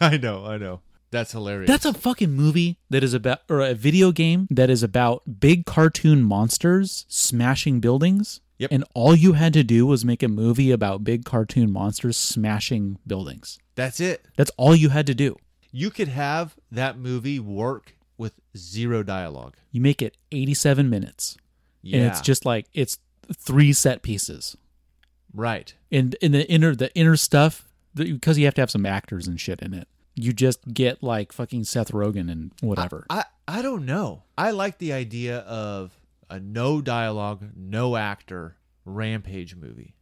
[SPEAKER 2] I know, I know. That's hilarious.
[SPEAKER 3] That's a fucking movie that is about, or a video game that is about big cartoon monsters smashing buildings.
[SPEAKER 2] Yep.
[SPEAKER 3] And all you had to do was make a movie about big cartoon monsters smashing buildings.
[SPEAKER 2] That's it.
[SPEAKER 3] That's all you had to do.
[SPEAKER 2] You could have that movie work with zero dialogue.
[SPEAKER 3] You make it 87 minutes.
[SPEAKER 2] Yeah.
[SPEAKER 3] And it's just like, it's three set pieces.
[SPEAKER 2] right.
[SPEAKER 3] and in the inner the inner stuff because you have to have some actors and shit in it. You just get like fucking Seth Rogen and whatever.
[SPEAKER 2] I I don't know. I like the idea of a no dialogue, no actor rampage movie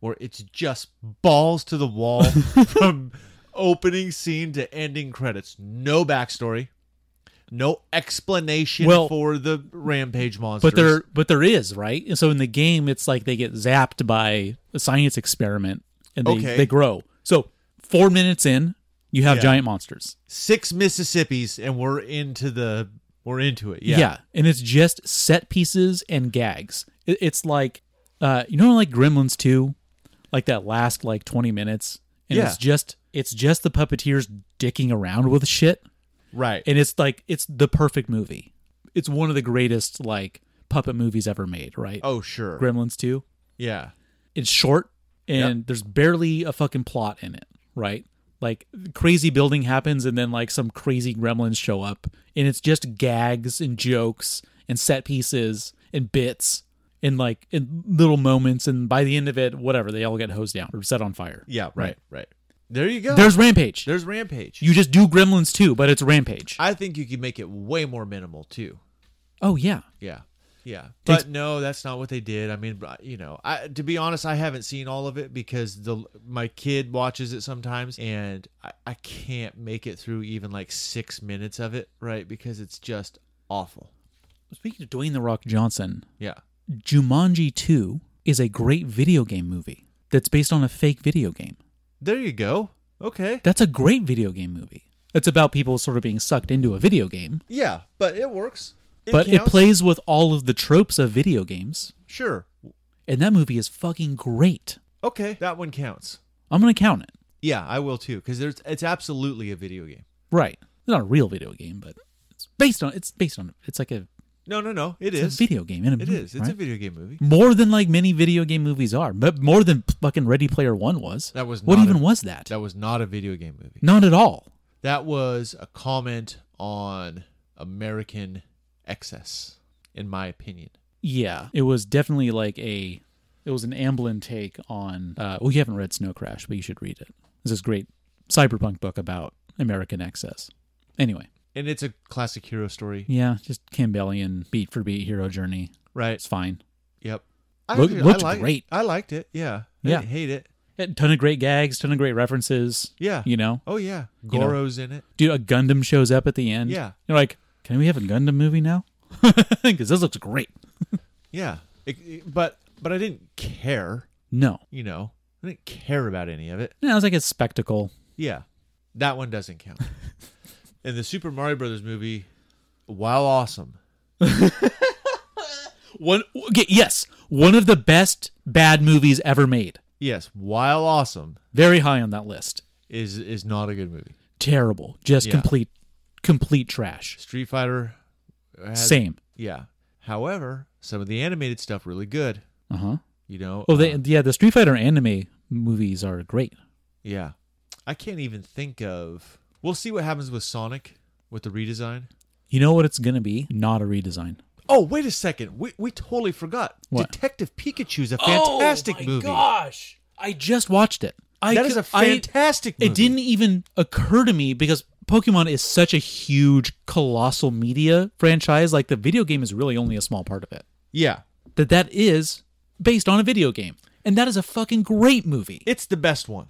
[SPEAKER 2] where it's just balls to the wall from opening scene to ending credits. No backstory. No explanation
[SPEAKER 3] Well-
[SPEAKER 2] for the rampage monsters.
[SPEAKER 3] but there but there is right. And so in the game, it's like they get zapped by a science experiment and they
[SPEAKER 2] Okay.
[SPEAKER 3] they grow. So four minutes in, you have
[SPEAKER 2] Yeah.
[SPEAKER 3] giant monsters.
[SPEAKER 2] six Mississippi's and we're into the we're into it.
[SPEAKER 3] Yeah.
[SPEAKER 2] Yeah.
[SPEAKER 3] and it's just set pieces and gags. It, it's like uh, you know, like Gremlins two, like that last like 20 minutes and
[SPEAKER 2] Yeah.
[SPEAKER 3] it's just it's just the puppeteers dicking around with shit
[SPEAKER 2] Right.
[SPEAKER 3] and it's like it's the perfect movie. It's one of the greatest like puppet movies ever made, right?
[SPEAKER 2] oh, sure.
[SPEAKER 3] Gremlins 2.
[SPEAKER 2] Yeah.
[SPEAKER 3] It's short and there's barely a fucking plot in it, right? Like crazy building happens and then like some crazy gremlins show up and it's just gags and jokes and set pieces and bits and like in little moments and by the end of it whatever they all get hosed down or set on fire.
[SPEAKER 2] Yeah. Right. Right. There you go.
[SPEAKER 3] There's Rampage.
[SPEAKER 2] There's Rampage.
[SPEAKER 3] you just do Gremlins 2, but it's Rampage.
[SPEAKER 2] I think you could make it way more minimal too.
[SPEAKER 3] oh yeah.
[SPEAKER 2] Yeah. Yeah.
[SPEAKER 3] Takes-
[SPEAKER 2] But no, that's not what they did. I mean, you know, I to be honest, I haven't seen all of it because the my kid watches it sometimes and I, I can't make it through even like 6 minutes of it, right? Because it's just awful.
[SPEAKER 3] Speaking of Dwayne the Rock Johnson,
[SPEAKER 2] Yeah.
[SPEAKER 3] Jumanji 2 is a great video game movie that's based on a fake video game.
[SPEAKER 2] There you go. Okay.
[SPEAKER 3] That's a great video game movie. It's about people sort of being sucked into a video game,
[SPEAKER 2] Yeah, but it works.
[SPEAKER 3] but it
[SPEAKER 2] counts.
[SPEAKER 3] plays with all of the tropes of video games,
[SPEAKER 2] Sure.
[SPEAKER 3] and that movie is fucking great.
[SPEAKER 2] Okay. That one counts.
[SPEAKER 3] I'm going to count it.
[SPEAKER 2] Yeah, I will too cuz there's it's absolutely a video game.
[SPEAKER 3] Right. It's not a real video game, but it's based on it's based on it's like a,
[SPEAKER 2] No, no, no. It
[SPEAKER 3] it's
[SPEAKER 2] is.
[SPEAKER 3] a video game in a
[SPEAKER 2] It
[SPEAKER 3] movie,
[SPEAKER 2] is. It's a
[SPEAKER 3] right?
[SPEAKER 2] video game movie.
[SPEAKER 3] more than like many video game movies are, but more than fucking Ready Player 1 was.
[SPEAKER 2] That was
[SPEAKER 3] What
[SPEAKER 2] not
[SPEAKER 3] even
[SPEAKER 2] a-
[SPEAKER 3] was that?
[SPEAKER 2] That was not a video game movie.
[SPEAKER 3] Not at all.
[SPEAKER 2] That was a comment on American excess, in my opinion.
[SPEAKER 3] Yeah, it was definitely like a, it was an Amblin take on. Uh, well, you haven't read Snow Crash, but you should read it. It's this great cyberpunk book about American excess. Anyway,
[SPEAKER 2] And it's a classic hero story,
[SPEAKER 3] yeah, just Campbellian beat for beat hero journey.
[SPEAKER 2] right?
[SPEAKER 3] It's fine.
[SPEAKER 2] Yep. I
[SPEAKER 3] Look-
[SPEAKER 2] actually-
[SPEAKER 3] looked
[SPEAKER 2] I liked,
[SPEAKER 3] great.
[SPEAKER 2] I liked it. Yeah. I
[SPEAKER 3] Yeah.
[SPEAKER 2] didn't hate it.
[SPEAKER 3] A Eh, ton of great gags, ton of great references.
[SPEAKER 2] Yeah.
[SPEAKER 3] You know,
[SPEAKER 2] Oh yeah.
[SPEAKER 3] You know.
[SPEAKER 2] Goro's in it.
[SPEAKER 3] dude, a Gundam shows up at the end.
[SPEAKER 2] Yeah.
[SPEAKER 3] you're like, can we have a Gundam movie now? Because this looks great.
[SPEAKER 2] Yeah. It- it- but but I didn't care.
[SPEAKER 3] No,
[SPEAKER 2] You know, I didn't care about any of it.
[SPEAKER 3] no, it's like a spectacle.
[SPEAKER 2] Yeah. That one doesn't count. and the Super Mario Brothers movie, while awesome,
[SPEAKER 3] One, okay, yes, one of the best bad movies ever made.
[SPEAKER 2] yes, while awesome
[SPEAKER 3] Very high on that list.
[SPEAKER 2] is is not a good movie.
[SPEAKER 3] terrible just
[SPEAKER 2] Yeah.
[SPEAKER 3] complete complete trash
[SPEAKER 2] Street Fighter. had-
[SPEAKER 3] same
[SPEAKER 2] Yeah. However, some of the animated stuff really good.
[SPEAKER 3] uh-huh
[SPEAKER 2] You know.
[SPEAKER 3] oh they,
[SPEAKER 2] uh,
[SPEAKER 3] yeah the street fighter anime movies are great
[SPEAKER 2] yeah. I can't even think of. We'll see what happens with Sonic with the redesign.
[SPEAKER 3] you know what it's gonna be not a redesign
[SPEAKER 2] Oh wait a second. We we totally forgot.
[SPEAKER 3] What?
[SPEAKER 2] Detective Pikachu's a fantastic movie.
[SPEAKER 3] Oh gosh i just watched it I
[SPEAKER 2] That is
[SPEAKER 3] cou-
[SPEAKER 2] a fantastic.
[SPEAKER 3] I,
[SPEAKER 2] movie.
[SPEAKER 3] it didn't even occur to me because pokemon is such a huge colossal media franchise like the video game is really only a small part of it
[SPEAKER 2] Yeah.
[SPEAKER 3] that that is based on a video game and that is a fucking great movie
[SPEAKER 2] It's the best one.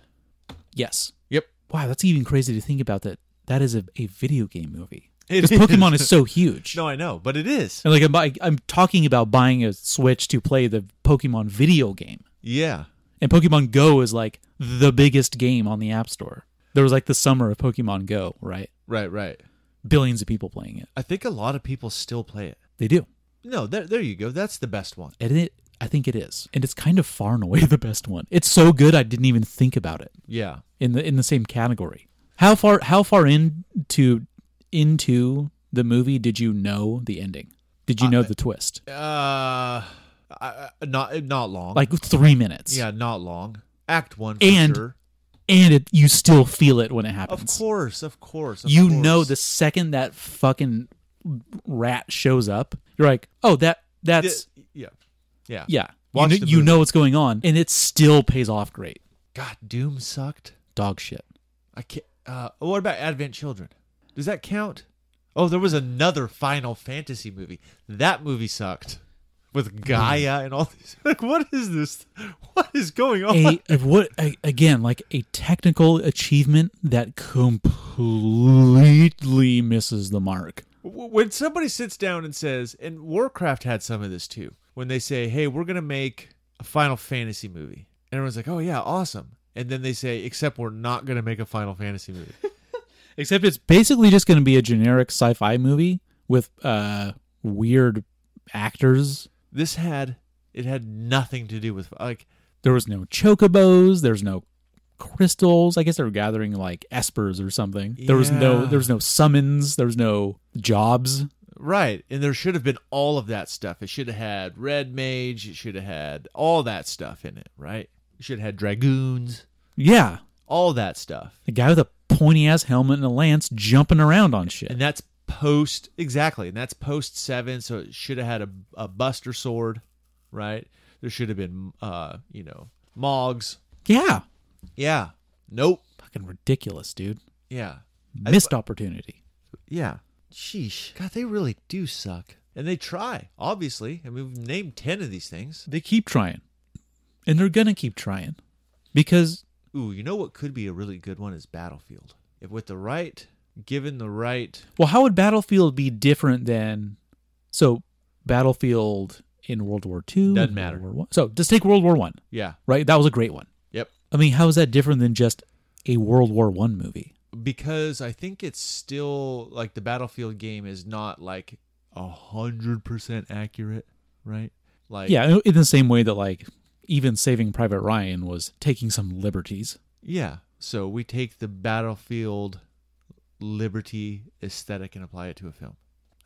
[SPEAKER 3] yes
[SPEAKER 2] Yep.
[SPEAKER 3] Wow, that's even crazy to think about that. That is a, a video game movie.
[SPEAKER 2] It
[SPEAKER 3] Because
[SPEAKER 2] is.
[SPEAKER 3] Pokemon is so huge.
[SPEAKER 2] No, I know, but it is.
[SPEAKER 3] And like I'm, buy- I'm talking about buying a Switch to play the Pokemon video game.
[SPEAKER 2] Yeah.
[SPEAKER 3] And Pokemon Go is like the biggest game on the App Store. There was like the summer of Pokemon Go, right?
[SPEAKER 2] Right. Right.
[SPEAKER 3] Billions of people playing it.
[SPEAKER 2] I think a lot of people still play it.
[SPEAKER 3] They do.
[SPEAKER 2] No, there, there you go. That's the best one.
[SPEAKER 3] And it I think it is. And it's kind of far and away the best one. It's so good I didn't even think about it
[SPEAKER 2] Yeah.
[SPEAKER 3] in the in the same category. How far how far into into the movie did you know the ending? Did you know the twist?
[SPEAKER 2] Uh, I, I- not not long.
[SPEAKER 3] Like three minutes.
[SPEAKER 2] yeah, not long. Act one, for
[SPEAKER 3] And
[SPEAKER 2] sure.
[SPEAKER 3] And it, you still feel it when it
[SPEAKER 2] of
[SPEAKER 3] happens.
[SPEAKER 2] course, of course. Of
[SPEAKER 3] you
[SPEAKER 2] course.
[SPEAKER 3] know the second that fucking rat shows up, you're like, oh that
[SPEAKER 2] Yeah,
[SPEAKER 3] that's
[SPEAKER 2] yeah, yeah,
[SPEAKER 3] yeah.
[SPEAKER 2] Watch
[SPEAKER 3] you, kn-
[SPEAKER 2] the
[SPEAKER 3] you
[SPEAKER 2] movie.
[SPEAKER 3] know what's going on, and it still pays off great.
[SPEAKER 2] God, Doom sucked.
[SPEAKER 3] Dog shit.
[SPEAKER 2] I can't. Uh, what about Advent Children? Does that count? Oh, there was another Final Fantasy movie. That movie sucked
[SPEAKER 3] Hmm.
[SPEAKER 2] with Gaia and all these. Like, what is this? What is going on?
[SPEAKER 3] a, a what a, again like a technical achievement that completely misses the mark
[SPEAKER 2] W- when somebody sits down and says and warcraft had some of this too when they say hey we're going to make a final fantasy movie and everyone's like oh yeah awesome and then they say except we're not going to make a final fantasy movie
[SPEAKER 3] except it's basically just going to be a generic sci-fi movie with uh weird actors
[SPEAKER 2] this had it had nothing to do with like
[SPEAKER 3] There was no chocobos. There's no crystals. I guess they were gathering like espers or something. There was no
[SPEAKER 2] Yeah.
[SPEAKER 3] there was no summons. There was no jobs.
[SPEAKER 2] Right. And there should have been all of that stuff. It should have had Red Mage. It should have had all that stuff in it, right? It should have had Dragoons.
[SPEAKER 3] Yeah,
[SPEAKER 2] All that stuff.
[SPEAKER 3] the guy with a pointy ass helmet and a lance jumping around on shit.
[SPEAKER 2] And that's post, exactly. And that's post seven. So it should have had a, a Buster Sword, right? There should have been, uh, you know, Mogs.
[SPEAKER 3] Yeah,
[SPEAKER 2] Yeah. Nope.
[SPEAKER 3] fucking ridiculous, dude.
[SPEAKER 2] Yeah.
[SPEAKER 3] Missed opportunity.
[SPEAKER 2] Yeah. Sheesh. God, they really do suck. And they try, obviously. I mean, we've named 10 of these things.
[SPEAKER 3] They keep trying, and they're gonna keep trying because
[SPEAKER 2] Ooh, you know what could be a really good one is Battlefield. If with the right, given the right.
[SPEAKER 3] well, how would Battlefield be different than so Battlefield in World War Two?
[SPEAKER 2] Doesn't matter.
[SPEAKER 3] World War I? So just take World War One,
[SPEAKER 2] Yeah.
[SPEAKER 3] right? That was a great one.
[SPEAKER 2] Yep.
[SPEAKER 3] I mean, how is that different than just a World War One movie?
[SPEAKER 2] Because I think it's still like the Battlefield game is not like a hundred percent accurate, right? Like
[SPEAKER 3] Yeah, in the same way that like even Saving Private Ryan was taking some liberties.
[SPEAKER 2] Yeah. So we take the Battlefield Liberty aesthetic and apply it to a film.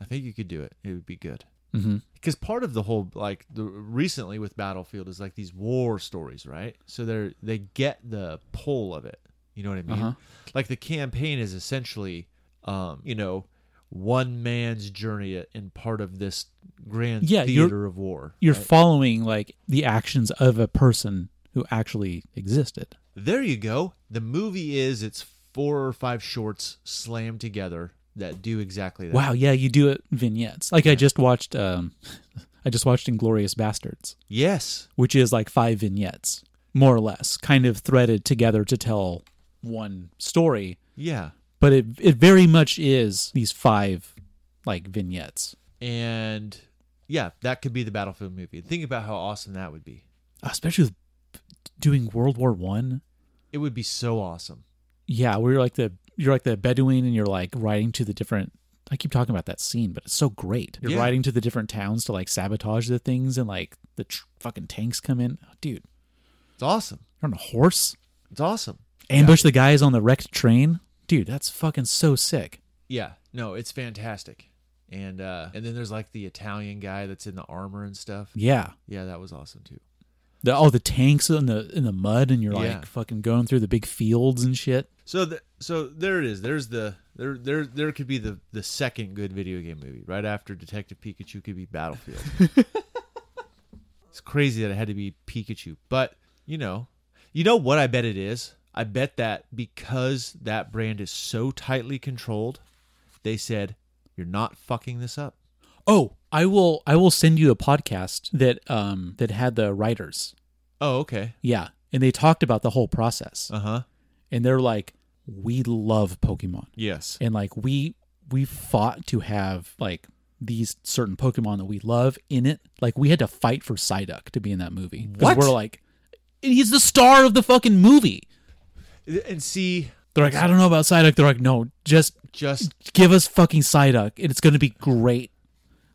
[SPEAKER 2] I think you could do it. It would be good.
[SPEAKER 3] Mm-hmm.
[SPEAKER 2] because part of the whole like the recently with battlefield is like these war stories right so they're they get the pull of it you know what i mean
[SPEAKER 3] Uh-huh.
[SPEAKER 2] like the campaign is essentially um you know one man's journey in part of this grand
[SPEAKER 3] Yeah, you're-
[SPEAKER 2] theater of war
[SPEAKER 3] You're
[SPEAKER 2] right?
[SPEAKER 3] following like the actions of a person who actually existed.
[SPEAKER 2] there you go the movie is it's four or five shorts slammed together that do exactly that
[SPEAKER 3] Wow, yeah, you do it vignettes. Like I just watched um I just watched Inglorious Bastards,
[SPEAKER 2] yes
[SPEAKER 3] which is like five vignettes, more or less, kind of threaded together to tell one story,
[SPEAKER 2] yeah
[SPEAKER 3] but it it very much is these five like vignettes.
[SPEAKER 2] and yeah that could be the battlefield movie think about how awesome that would be
[SPEAKER 3] Especially with doing World War 1.
[SPEAKER 2] It would be so awesome.
[SPEAKER 3] Yeah, where you're like the you're like the Bedouin and you're like riding to the different I keep talking about that scene, but it's so great. You're
[SPEAKER 2] Yeah.
[SPEAKER 3] riding to the different towns to like sabotage the things and like the tr- fucking tanks come in. Oh, Dude,
[SPEAKER 2] It's awesome.
[SPEAKER 3] you're on a horse?
[SPEAKER 2] It's awesome.
[SPEAKER 3] ambush the guys on the wrecked train dude that's fucking so sick
[SPEAKER 2] Yeah. No, it's fantastic. And uh and then there's like the Italian guy that's in the armor and stuff.
[SPEAKER 3] yeah
[SPEAKER 2] Yeah, that was awesome too.
[SPEAKER 3] the all the tanks in the in the mud and you're
[SPEAKER 2] Yeah.
[SPEAKER 3] like fucking going through the big fields and shit
[SPEAKER 2] So the, so there it is. There's the there there there could be the the second good video game movie right after Detective Pikachu could be Battlefield. it's crazy that it had to be Pikachu, but you know, you know what I bet it is. I bet that because that brand is so tightly controlled, they said you're not fucking this up.
[SPEAKER 3] oh i will i will send you a podcast that um that had the writers
[SPEAKER 2] Oh, okay.
[SPEAKER 3] yeah and they talked about the whole process
[SPEAKER 2] Uh huh.
[SPEAKER 3] and they're like we love pokemon
[SPEAKER 2] Yes.
[SPEAKER 3] and like we we fought to have like these certain Pokemon that we love in it. Like we had to fight for Psyduck to be in that movie. 'Cause
[SPEAKER 2] What?
[SPEAKER 3] We're like, he's the star of the fucking movie.
[SPEAKER 2] And see,
[SPEAKER 3] They're like, I don't know about Psyduck. They're like, no, just
[SPEAKER 2] just
[SPEAKER 3] give us fucking Psyduck, and it's gonna be great.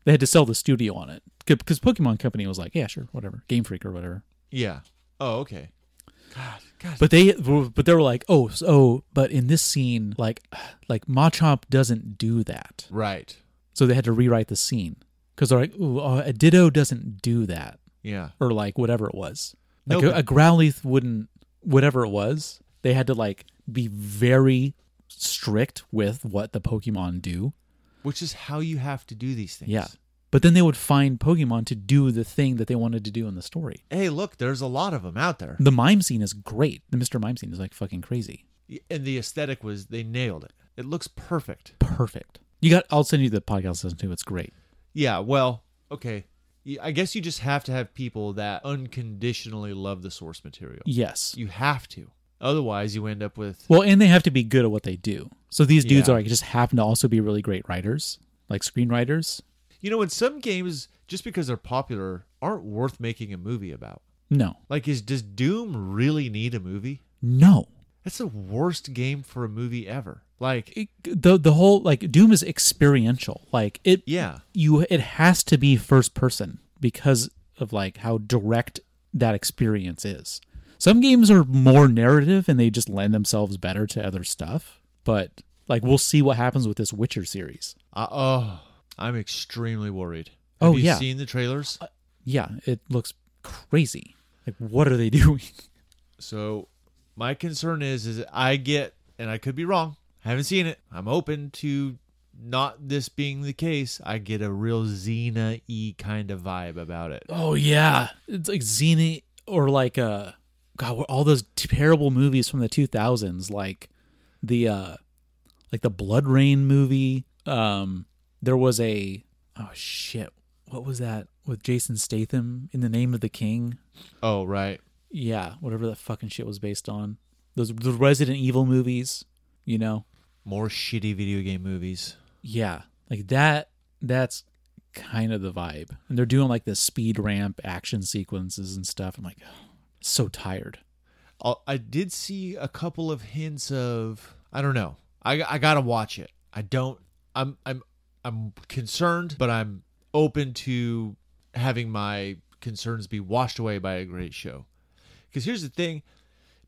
[SPEAKER 3] They had to sell the studio on it because Pokemon Company was like, yeah, sure, whatever, Game Freak or whatever.
[SPEAKER 2] yeah. Oh, okay. God, God.
[SPEAKER 3] But they, but they were like, oh, so, but in this scene, like, like Machop doesn't do that.
[SPEAKER 2] Right.
[SPEAKER 3] So they had to rewrite the scene because they're like, Ooh, uh, a Ditto doesn't do that,
[SPEAKER 2] Yeah.
[SPEAKER 3] or like whatever it was.
[SPEAKER 2] No,
[SPEAKER 3] Like a,
[SPEAKER 2] but-
[SPEAKER 3] a Growlithe wouldn't, whatever it was. They had to like be very strict with what the Pokemon do.
[SPEAKER 2] Which is how you have to do these things.
[SPEAKER 3] Yeah, but then they would find Pokemon to do the thing that they wanted to do in the story.
[SPEAKER 2] Hey, look, there's a lot of them out there.
[SPEAKER 3] The mime scene is great. The Mr. Mime scene is like fucking crazy.
[SPEAKER 2] And the aesthetic was they nailed it. It looks perfect.
[SPEAKER 3] Perfect. You got. I'll send you the podcast to listen to. It's great.
[SPEAKER 2] Yeah, well, okay. Y- I guess you just have to have people that unconditionally love the source material.
[SPEAKER 3] Yes.
[SPEAKER 2] You have to. Otherwise, you end up with
[SPEAKER 3] Well, and they have to be good at what they do. So these dudes
[SPEAKER 2] Yeah.
[SPEAKER 3] are like just happen to also be really great writers, like screenwriters.
[SPEAKER 2] You know, in some games just because they're popular aren't worth making a movie about.
[SPEAKER 3] No,
[SPEAKER 2] Like is does Doom really need a movie?
[SPEAKER 3] no.
[SPEAKER 2] That's the worst game for a movie ever. Like,
[SPEAKER 3] It, the the whole like Doom is experiential. Like it,
[SPEAKER 2] yeah,
[SPEAKER 3] you it has to be first person because of like how direct that experience is. Some games are more narrative and they just lend themselves better to other stuff, but like we'll see what happens with this Witcher series.
[SPEAKER 2] Uh, oh, I'm extremely worried.
[SPEAKER 3] Oh,
[SPEAKER 2] Have you
[SPEAKER 3] yeah. Uh,
[SPEAKER 2] seen the trailers?
[SPEAKER 3] Yeah, it looks crazy. Like what are they doing?
[SPEAKER 2] So my concern is is I get and I could be wrong. I haven't seen it. I'm open to not this being the case. I get a real Xena y kind of vibe about it.
[SPEAKER 3] Oh yeah, it's like Xena or like uh God, what- all those terrible movies from the 2000s like the uh like the Blood Rain movie. Um there was a oh shit, what was that with Jason Statham in The Name of the King?
[SPEAKER 2] Oh right.
[SPEAKER 3] Yeah, whatever that fucking shit was based on. Those the Resident Evil movies, you know.
[SPEAKER 2] More shitty video game movies.
[SPEAKER 3] Yeah, like that that's kind of the vibe. And they're doing like the speed ramp action sequences and stuff. I'm like so tired.
[SPEAKER 2] I'll- I did see a couple of hints of I don't know. I I gotta watch it. I don't. I'm I'm I'm concerned, but I'm open to having my concerns be washed away by a great show. Because here's the thing,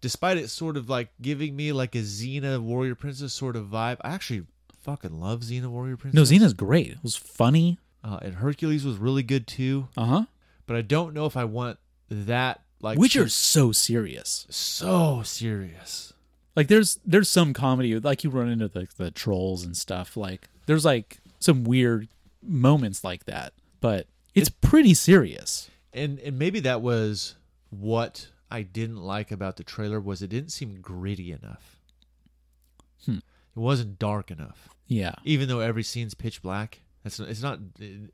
[SPEAKER 2] despite it sort of like giving me like a Xena Warrior Princess sort of vibe, I actually fucking love Xena Warrior Princess.
[SPEAKER 3] No, Xena's great. It was funny.
[SPEAKER 2] uh, and Hercules was really good too.
[SPEAKER 3] Uh-huh.
[SPEAKER 2] But I don't know if I want that like
[SPEAKER 3] Witcher's so serious.
[SPEAKER 2] so serious.
[SPEAKER 3] Like there's there's some comedy like you run into the, the trolls and stuff. Like there's like some weird moments like that, but it's pretty serious.
[SPEAKER 2] and and maybe that was what I didn't like about the trailer was it didn't seem gritty enough.
[SPEAKER 3] Hmm.
[SPEAKER 2] It wasn't dark enough,
[SPEAKER 3] Yeah.
[SPEAKER 2] even though every scene's pitch black. That's it's not. It,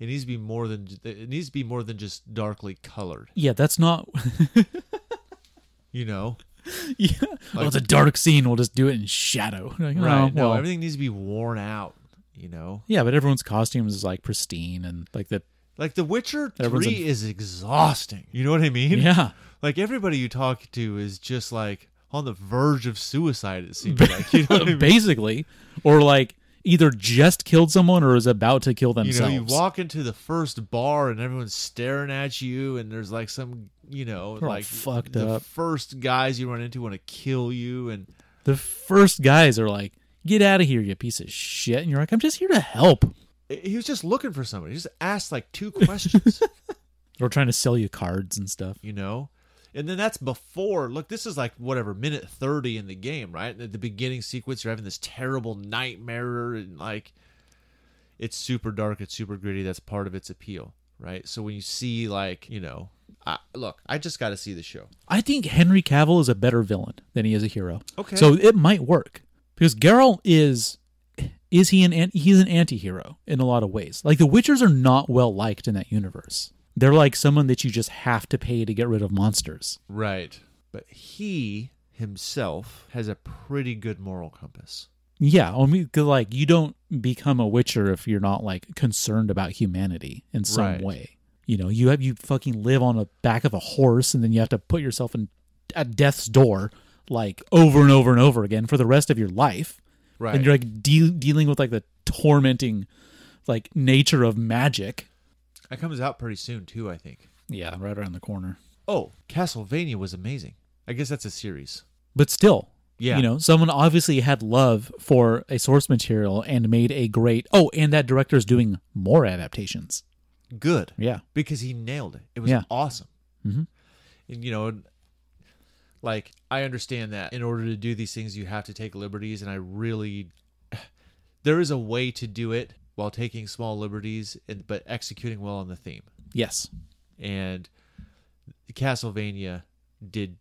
[SPEAKER 2] it needs to be more than it needs to be more than just darkly colored.
[SPEAKER 3] Yeah, that's not
[SPEAKER 2] You know,
[SPEAKER 3] Yeah. oh, it's a dark scene. We'll just do it in shadow. Like, oh,
[SPEAKER 2] right? no,
[SPEAKER 3] well.
[SPEAKER 2] everything needs to be worn out. You know,
[SPEAKER 3] Yeah, but everyone's costumes is like pristine and like the
[SPEAKER 2] like The Witcher
[SPEAKER 3] Everyone's
[SPEAKER 2] Three is exhausting. You know what I mean?
[SPEAKER 3] yeah.
[SPEAKER 2] Like everybody you talk to is just like on the verge of suicide. It seems like you know what I mean?
[SPEAKER 3] basically, or like either just killed someone or is about to kill
[SPEAKER 2] you
[SPEAKER 3] themselves.
[SPEAKER 2] know you walk into the first bar and everyone's staring at you and there's like some you know
[SPEAKER 3] all
[SPEAKER 2] like
[SPEAKER 3] fucked
[SPEAKER 2] the
[SPEAKER 3] up.
[SPEAKER 2] first guys you run into want to kill you and
[SPEAKER 3] the first guys are like, "Get out of here, you piece of shit!" And you're like, "I'm just here to help."
[SPEAKER 2] he was just looking for somebody he just asked like two questions
[SPEAKER 3] Or trying to sell you cards and stuff.
[SPEAKER 2] you know and then that's before look this is like whatever minute 30 in the game right at the beginning sequence you're having this terrible nightmare and like it's super dark it's super gritty that's part of its appeal right so when you see like you know I, look i just got to see the show
[SPEAKER 3] I think Henry Cavill is a better villain than he is a hero.
[SPEAKER 2] Okay.
[SPEAKER 3] So it might work because Geralt is is he an an- he's an anti-hero in a lot of ways. Like the Witchers are not well liked in that universe. They're like someone that you just have to pay to get rid of monsters.
[SPEAKER 2] Right. But he himself has a pretty good moral compass.
[SPEAKER 3] Yeah, I mean, 'cause, like you don't become a Witcher if you're not like concerned about humanity in some
[SPEAKER 2] Right.
[SPEAKER 3] way. You know, you have you fucking live on the back of a horse, and then you have to put yourself in at death's door like over and over and over again for the rest of your life,
[SPEAKER 2] Right.
[SPEAKER 3] and you're like de- dealing with like the tormenting like nature of magic.
[SPEAKER 2] that comes out pretty soon too, I think.
[SPEAKER 3] Yeah, right around the corner.
[SPEAKER 2] Oh, Castlevania was amazing. I guess that's a series.
[SPEAKER 3] But still,
[SPEAKER 2] Yeah.
[SPEAKER 3] you know, someone obviously had love for a source material and made a great. Oh, and that director's doing more adaptations.
[SPEAKER 2] Good.
[SPEAKER 3] Yeah.
[SPEAKER 2] Because he nailed it. It was
[SPEAKER 3] Yeah.
[SPEAKER 2] awesome. Mm-hmm.
[SPEAKER 3] Mhm.
[SPEAKER 2] And you know, like I understand that in order to do these things you have to take liberties and I really there is a way to do it while taking small liberties and but executing well on the theme.
[SPEAKER 3] Yes.
[SPEAKER 2] and Castlevania did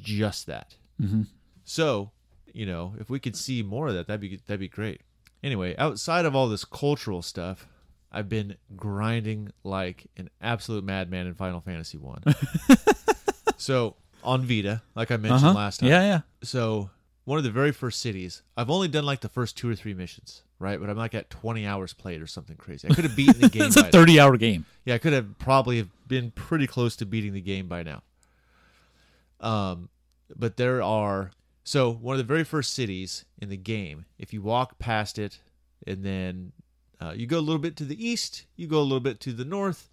[SPEAKER 2] just that.
[SPEAKER 3] Mhm.
[SPEAKER 2] So, you know, if we could see more of that, that'd be that'd be great. Anyway, outside of all this cultural stuff, I've been grinding like an absolute madman in Final Fantasy One. so on Vita, like I mentioned
[SPEAKER 3] Uh-huh.
[SPEAKER 2] last time.
[SPEAKER 3] Yeah, yeah.
[SPEAKER 2] So one of the very first cities, I've only done like the first two or three missions, right? But I'm like at 20 hours played or something crazy. I could have beaten the game.
[SPEAKER 3] it's
[SPEAKER 2] by
[SPEAKER 3] a
[SPEAKER 2] now.
[SPEAKER 3] 30 hour game.
[SPEAKER 2] Yeah, I could have probably have been pretty close to beating the game by now. Um, but there are so one of the very first cities in the game. If you walk past it, and then uh, you go a little bit to the east, you go a little bit to the north,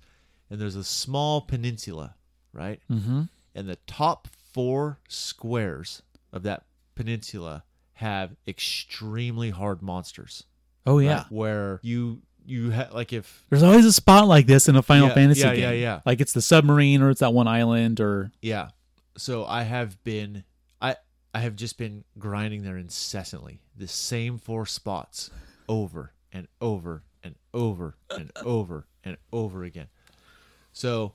[SPEAKER 2] and there's a small peninsula right?
[SPEAKER 3] Mm-hmm.
[SPEAKER 2] And the top four squares of that peninsula have extremely hard monsters.
[SPEAKER 3] Oh
[SPEAKER 2] right?
[SPEAKER 3] yeah.
[SPEAKER 2] Where you you ha- like if
[SPEAKER 3] There's always a spot like this in a Final
[SPEAKER 2] Yeah,
[SPEAKER 3] Fantasy
[SPEAKER 2] yeah,
[SPEAKER 3] game.
[SPEAKER 2] yeah, yeah.
[SPEAKER 3] Like it's the submarine or it's that one island or
[SPEAKER 2] yeah. So I have been I I have just been grinding there incessantly. The same four spots over and over and over and over and over again. So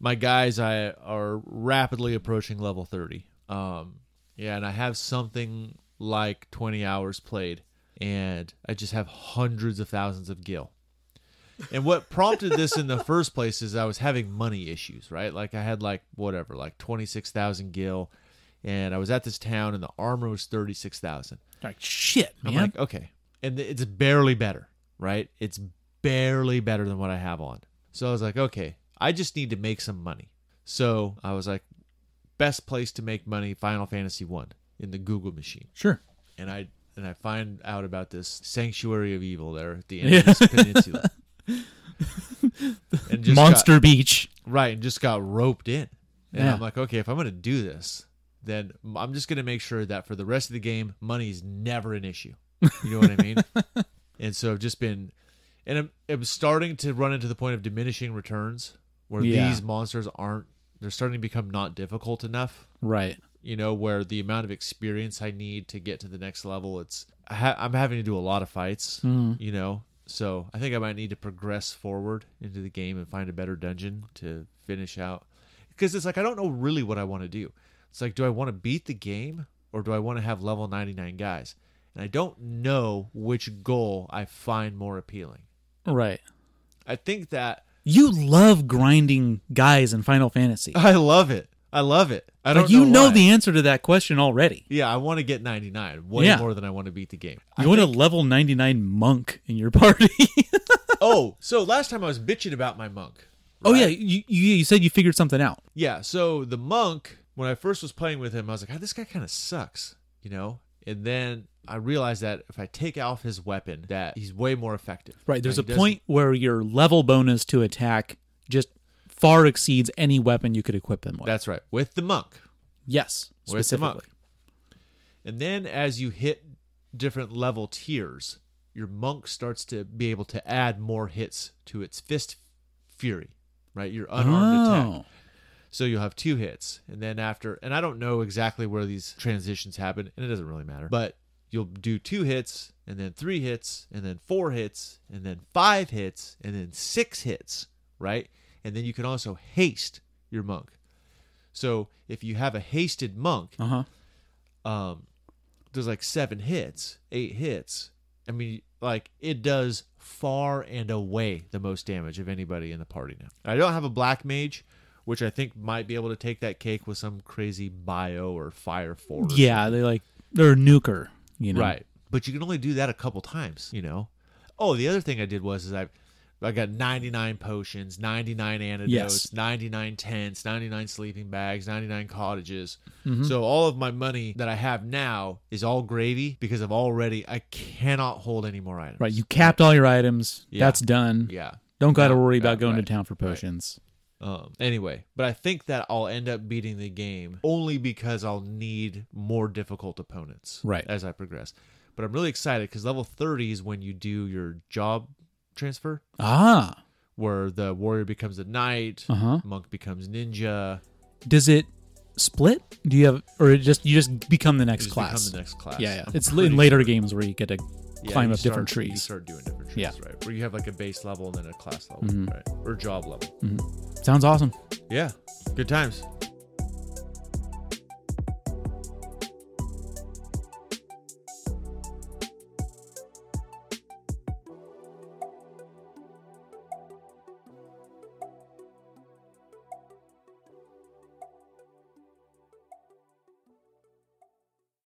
[SPEAKER 2] my guys I are rapidly approaching level 30. Um yeah, and I have something like 20 hours played and I just have hundreds of thousands of gil. And what prompted this in the first place is I was having money issues, right? Like I had like whatever, like 26,000 gil and I was at this town and the armor was 36,000.
[SPEAKER 3] like shit,
[SPEAKER 2] I'm
[SPEAKER 3] man.
[SPEAKER 2] like, okay. And it's barely better, right? It's barely better than what I have on. So I was like, okay, I just need to make some money. So I was like, best place to make money, Final Fantasy One in the Google machine.
[SPEAKER 3] sure.
[SPEAKER 2] And I and I find out about this sanctuary of evil there at the end of this peninsula. and just got-
[SPEAKER 3] Monster Beach.
[SPEAKER 2] Right, and just got roped in. And
[SPEAKER 3] Yeah.
[SPEAKER 2] I'm like, okay, if I'm going to do this, then I'm just going to make sure that for the rest of the game, money is never an issue. You know what I mean? and so I've just been, and I'm, I'm starting to run into the point of diminishing returns where
[SPEAKER 3] Yeah.
[SPEAKER 2] these monsters aren't, they're starting to become not difficult enough
[SPEAKER 3] Right.
[SPEAKER 2] you know where the amount of experience i need to get to the next level it's I ha- i'm having to do a lot of fights
[SPEAKER 3] Mm-hmm.
[SPEAKER 2] you know so i think i might need to progress forward into the game and find a better dungeon to finish out because it's like i don't know really what i want to do it's like do i want to beat the game or do i want to have level 99 guys and i don't know which goal i find more appealing
[SPEAKER 3] Right.
[SPEAKER 2] i think that
[SPEAKER 3] You love grinding guys in Final Fantasy.
[SPEAKER 2] i love it i love it Uh, i don't
[SPEAKER 3] Like you know
[SPEAKER 2] why.
[SPEAKER 3] the answer to that question already.
[SPEAKER 2] yeah i want to get 99 way
[SPEAKER 3] Yeah.
[SPEAKER 2] more than i want to beat the game
[SPEAKER 3] You want a level 99 monk in your party.
[SPEAKER 2] oh, so last time I was bitching about my monk.
[SPEAKER 3] Oh yeah, you, you you said you figured something out.
[SPEAKER 2] Yeah, so the monk, when I first was playing with him, I was like, oh, this guy kind of sucks, you know? And then I realized that if I take off his weapon, that he's way more effective.
[SPEAKER 3] Right, there's a
[SPEAKER 2] Like, he doesn't-
[SPEAKER 3] point where your level bonus to attack just far exceeds any weapon you could equip them with.
[SPEAKER 2] That's right, with the monk.
[SPEAKER 3] yes,
[SPEAKER 2] With the monk.
[SPEAKER 3] specifically.
[SPEAKER 2] And then as you hit different level tiers, your monk starts to be able to add more hits to its fist fury, right? Your unarmed attack.
[SPEAKER 3] Oh,
[SPEAKER 2] So you'll have two hits. And then after, and I don't know exactly where these transitions happen, and it doesn't really matter, but you'll do two hits, and then three hits, and then four hits, and then five hits, and then six hits, right? And then you can also haste your monk. So if you have a hasted monk,
[SPEAKER 3] uh huh.
[SPEAKER 2] um, there's like seven hits, eight hits. I mean, like it does far and away the most damage of anybody in the party now. I don't have a black mage, which I think might be able to take that cake with some crazy bio or fire force.
[SPEAKER 3] Yeah, they like they're a nuker, you know.
[SPEAKER 2] right. But you can only do that a couple times, you know. Oh, the other thing I did was is I, I got 99 potions, 99 antidotes,
[SPEAKER 3] Yes.
[SPEAKER 2] 99 tents, 99 sleeping bags, 99 cottages.
[SPEAKER 3] Mm-hmm.
[SPEAKER 2] So all of my money that I have now is all gravy because I've already I cannot hold any more items.
[SPEAKER 3] Right, you capped all your items.
[SPEAKER 2] Yeah.
[SPEAKER 3] That's done.
[SPEAKER 2] Yeah.
[SPEAKER 3] Don't got to
[SPEAKER 2] Yeah,
[SPEAKER 3] worry
[SPEAKER 2] yeah,
[SPEAKER 3] about going
[SPEAKER 2] right,
[SPEAKER 3] to town for potions.
[SPEAKER 2] Um, anyway, but I think that I'll end up beating the game only because I'll need more difficult opponents
[SPEAKER 3] Right.
[SPEAKER 2] as I progress. But I'm really excited because level 30 is when you do your job transfer,
[SPEAKER 3] Ah,
[SPEAKER 2] where the warrior becomes a knight,
[SPEAKER 3] uh huh.
[SPEAKER 2] monk becomes ninja,
[SPEAKER 3] Does it split? Do you have or it just you just become the next
[SPEAKER 2] just
[SPEAKER 3] class?
[SPEAKER 2] become the next class.
[SPEAKER 3] yeah, yeah.
[SPEAKER 2] I'm
[SPEAKER 3] it's
[SPEAKER 2] pretty
[SPEAKER 3] in later games where you get to
[SPEAKER 2] Yeah,
[SPEAKER 3] climb
[SPEAKER 2] you
[SPEAKER 3] up different
[SPEAKER 2] start- You
[SPEAKER 3] trees.
[SPEAKER 2] start doing different trees,
[SPEAKER 3] Yeah.
[SPEAKER 2] right? Where you have like a base level and then a class level,
[SPEAKER 3] Mhm.
[SPEAKER 2] right? Or job level.
[SPEAKER 3] Sounds awesome.
[SPEAKER 2] Yeah, good times.